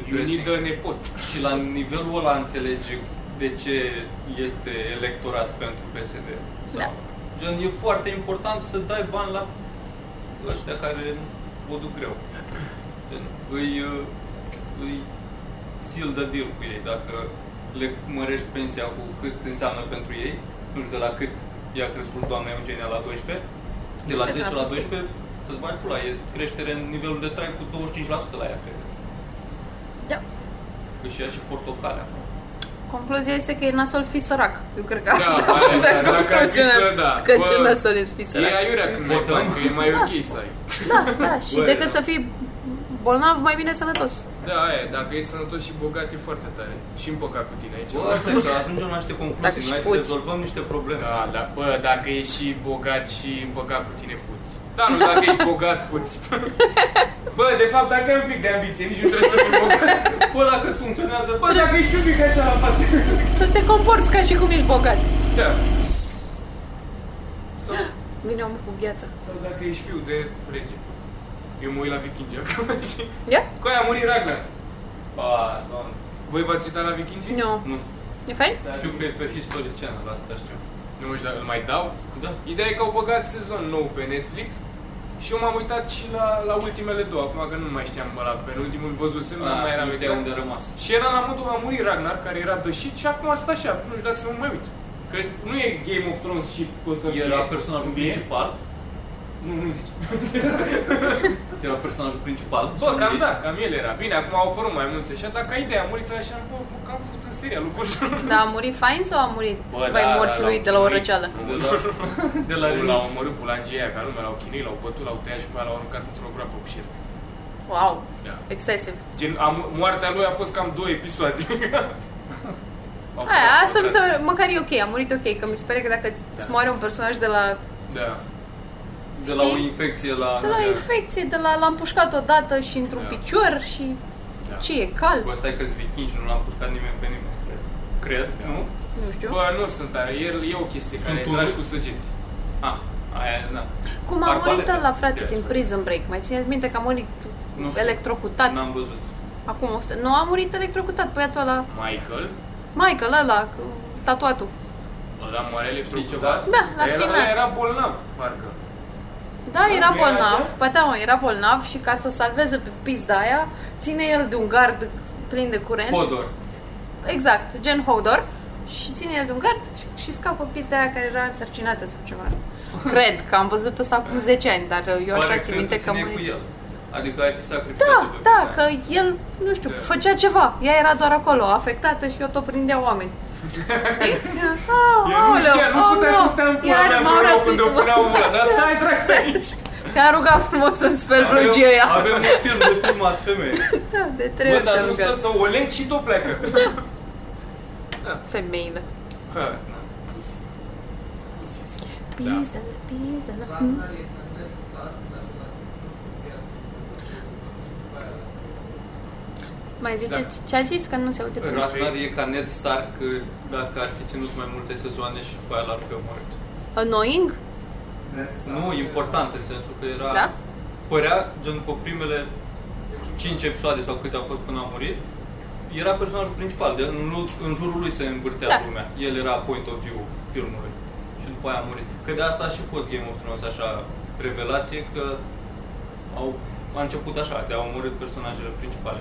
C: Eu ni
A: Depressing.
C: dă nepot.
A: Și la nivelul ăla înțelegi de ce este electorat pentru PSD. Sau-
B: Da.
A: Gen, e foarte important să dai bani la ăștia care o duc greu. Gen, îi, uh, îi seal the deal cu ei dacă le mărești pensia cu cât înseamnă pentru ei, nu știu de la cât i-a crescut doamna Eugenia la 12, de la
B: Pe
A: 10 la
B: la
A: 12, să-ți bagi pula, e creștere în nivelul de trai cu 25% la ea, cred.
B: Da.
A: Își ia și portocalea.
B: Concluzia este că e nasol să fii sărac. Eu cred că
C: Da,
B: asta
C: aia,
B: exact
C: da, dacă ar fi
B: concluzia
C: să-
B: mea,
C: da.
B: Că
C: Bă,
B: ce nasol e să fii
C: E
B: sărac.
C: aiurea când ai
A: Votăm.
C: bani, că e mai ok să ai.
B: Da, da, și
C: Bă,
B: decât
C: da.
B: să fii bolnav, mai bine sănătos.
C: Da, aia, dacă e sănătos și bogat, e foarte tare. Și împăcat cu tine aici.
A: Bă, asta e Deci, că ajungem la niște
B: Dacă
A: concluzii,
B: și
A: noi
B: fuți.
A: rezolvăm niște probleme.
C: Da, dar bă, dacă ești și bogat și împăcat cu tine, fuți. Da, nu, dacă ești bogat, [LAUGHS] fuți. Bă, de fapt, dacă ai un pic de ambiție, nici nu trebuie să fii bogat.
A: Bă, da. dacă funcționează,
C: Bă, dacă ești un pic așa la față.
B: Să te comporți ca și cum ești bogat.
C: Da. Sau,
B: Vine omul cu gheața.
C: sau dacă ești fiu de rege. Eu mă uit la vikingi acum [LAUGHS] și...
B: Ia?
C: Cu aia a murit Ragnar.
A: Ba, Da, doamne.
C: Voi v-ați uitat la vikingi?
B: Nu.
A: Nu.
B: E fain?
A: Știu că e pe History Channel, asta știu.
C: Nu știu dacă îl mai dau.
A: Da?
C: Ideea e că au băgat sezon nou pe Netflix și eu m-am uitat și la, la ultimele două, acum că nu mai știam mă, la penultimul văzusem, nu mai eram
A: nu știam
C: exact.
A: Da, unde a rămas.
C: Și era la modul a murit Ragnar, care era dășit și acum asta așa, nu știu dacă să mă mai uit. Că nu e Game of Thrones shit cu o să fie.
A: Era personajul
C: Fie.
A: principal.
C: Nu, nu zici.
A: Era personajul principal.
C: Bă,
A: Și
C: cam
A: ei-
C: da, cam el era. Bine, acum au apărut mai mulți așa, dar ca ideea a murit așa, bă, bă cam fut în seria lui Bă,
B: Dar Da, a murit fain sau a murit
A: da,
B: vai morții lui de la o răceală?
A: De la,
B: [LAUGHS]
A: de la
C: L-au
A: Renu.
C: omorât bulangeia, ca lume, l-au chinuit, l-au bătut, l-au tăiat și pe aia l-au aruncat într-o groapă cu șerpi.
B: Wow,
C: Da.
B: excesiv.
C: Gen, am, moartea lui a fost cam două
A: [LAUGHS]
C: episoade. Au fost
B: Aia, asta mi se
C: păcat.
B: măcar e ok, a murit ok, că mi se pare că dacă îți
A: Da.
B: îți moare un personaj de la,
C: Da.
A: De la o
B: Știi?
A: infecție la...
B: de la infecție, de la l-am împușcat odată și într-un
C: Da.
B: picior și
C: Da.
B: ce e, cal?
A: Bă, stai că vikingi, nu l-am pușcat nimeni pe nimeni, cred. Cred, nu?
B: Nu știu.
C: Bă, nu sunt tare. El e o chestie
A: Sunt
C: care
A: unul.
C: tragi cu săgeți.
A: Ah, aia, da.
B: Cum a murit
A: Arbalete.
B: la frate
A: Ia,
B: din
A: ce-
B: Prison Break? Mai țineți minte că a murit
A: Nu știu.
B: electrocutat?
A: N-am văzut.
B: Acum 100. Nu a murit electrocutat băiatul ăla.
C: Michael,
B: Michael ăla, cu tatuatul.
C: ăla mare
A: ceva?
C: electrocutat.
B: Da, la
C: Dar el ăla
B: final.
C: era bolnav, parcă.
B: Da, era
C: nu era
B: bolnav,
C: așa?
B: ba da, mă, era bolnav și ca să o salveze pe pizda aia, ține el de un gard plin de curent.
A: Hodor.
B: Exact, gen Hodor. Și ține el de un gard și, și scapă pizda aia care era însărcinată sau ceva. Cred că am văzut asta acum 10 ani, dar eu așa
A: Pare
B: țin minte că...
A: că ține
B: mă-
A: cu el. Adică ai fi sacrificat
B: Da,
A: pe
B: da,
A: Bogdan.
B: că el, nu știu,
C: Da.
B: făcea ceva. Ea era doar acolo, afectată și eu tot prindea oameni. Știi? Era, "Ah,
C: Ea nu știa,
B: aoleu,
C: nu putea
B: aoleu,
C: să stea în pula
B: iar
C: mea
B: m-au
C: într-un loc
B: răpit,
C: unde o
B: mă."
C: punea omul Dar stai, drag, stai aici.
B: Te-a rugat frumos să-mi speli
A: Avem-
B: blugiuia.
A: Avem un film de filmat femeie.
B: Da, de trei
C: Bă,
B: ori
C: dar
B: te-a
C: nu stă
B: rugat.
C: să o legi și tot
B: [LAUGHS]
C: pleacă.
B: Femeile.
C: Ha, na, pussy. Pussy. Da.
B: Pizdă, pizdă, na. Mm. Mai
C: Exact.
B: ziceți ce a zis? Că nu se
C: Păi,
B: aude prea.
A: Ragnar e ca Ned Stark uh, dacă ar fi ținut mai multe sezoane și după aia l-ar fi omorât.
B: Annoying?
A: Nu, important în sensul că era...
B: Da?
A: Părea, gen, după primele 5 episoade sau câte au fost până a murit, era personajul principal, de, în, lu- în jurul lui se învârtea
B: Da.
A: lumea. El era point of view filmului și după aia a murit. Că de asta a și fost Game of Thrones așa revelație că au, a început așa, de au omorât personajele principale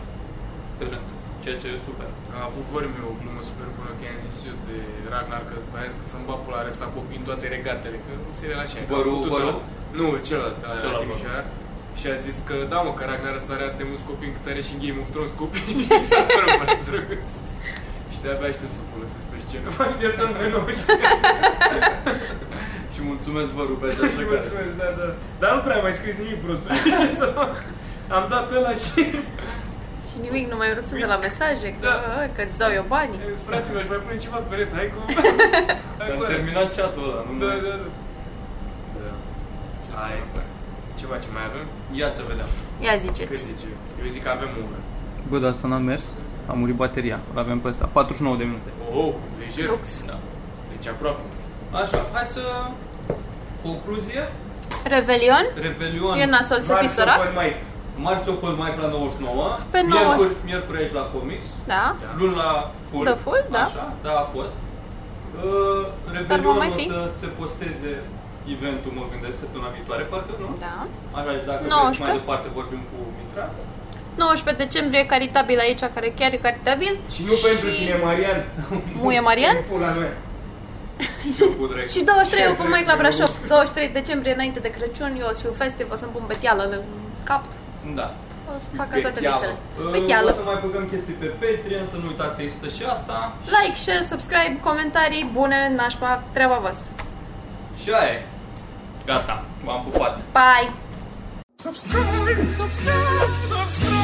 A: pe rând, ceea ce e super.
C: A avut vormi o glumă super bună că i-am zis eu de Ragnar că mai ales că să-mi bag pula resta copii în toate regatele, că nu se relaxa. că
A: Văru-
C: a făcut-o
A: Văru?
C: la- Nu, celălalt, ăla
A: Celălalt,
C: la Timișoara. Și a zis că da, mă, că Ragnar ăsta are atât de mulți copii încât are și în Game of Thrones
B: [LAUGHS]
C: copii. [LAUGHS] Să mai drăguț. Și de-abia aștept să folosesc pe scenă. Mă așteptăm pe noi. și
A: Și [LAUGHS] mulțumesc vă rupe de așa care.
C: Deci, Mulțumesc, da, da. Dar nu prea mai scris nimic prost. [LAUGHS] Nu știu ce să fac. Am dat ăla și...
B: Și nimic nu mai răspunde la mesaje, că, "Ă,
C: Da.
B: că îți dau eu banii.
C: Fratele, aș Eh, mai pune ceva pe perete. Hai
B: [LAUGHS]
C: cu... Hai
A: Am
C: cu ăla.
A: terminat chat-ul ăla, nu
C: Da,
A: mai-
C: da, da.
A: Hai.
C: Ceva ce mai avem?
A: Ia să vedem.
B: Ia
C: Cât
B: ziceți.
C: zice? Eu zic că avem o oră.
A: Bă, dar asta n-a mers. A murit bateria. L-avem pe ăsta. 49 de minute.
C: Oh, lejer.
B: Lux.
A: Da.
C: Deci aproape.
A: Așa, hai să... Concluzie?
B: Revelion?
A: Revelion.
B: E nasol să fii
C: Marți,
B: sărac?
C: open mic.
A: Marți Open Mic la 99.
B: Pe 9.
A: Miercuri, miercuri aici la Comics.
B: Da.
C: Da.
A: Luni la Full.
B: The Full, da.
A: Așa, da, a fost. Uh,
B: vom
A: Revelion
B: mai
A: o
B: fi?
A: să se posteze eventul, mă gândesc, săptămâna viitoare, parcă, nu?
B: Da.
A: Așa, și dacă vreți,
B: 19.
A: mai departe vorbim cu Mitra.
B: 19 decembrie, caritabil aici, care chiar e caritabil.
C: Și nu pentru tine, Marian.
B: Muie Marian?
C: În Pula mea.
A: Și eu cu Drake.
B: Și 23 eu pun mai la
C: Trebuie.
B: Brașov. 23 decembrie, înainte de Crăciun, eu o să fiu festiv, o să-mi pun beteală în cap.
A: Da.
B: O să facă toate
A: Becheală.
B: visele.
A: Uh, O să
B: Beteală.
A: mai băgăm chestii pe Patreon, să nu uitați că există și asta.
B: Like, share, subscribe, comentarii bune, nașpa, treaba voastră.
A: Și aia e. Gata, v-am pupat.
B: Bye!
G: Subscribe, subscribe, subscribe.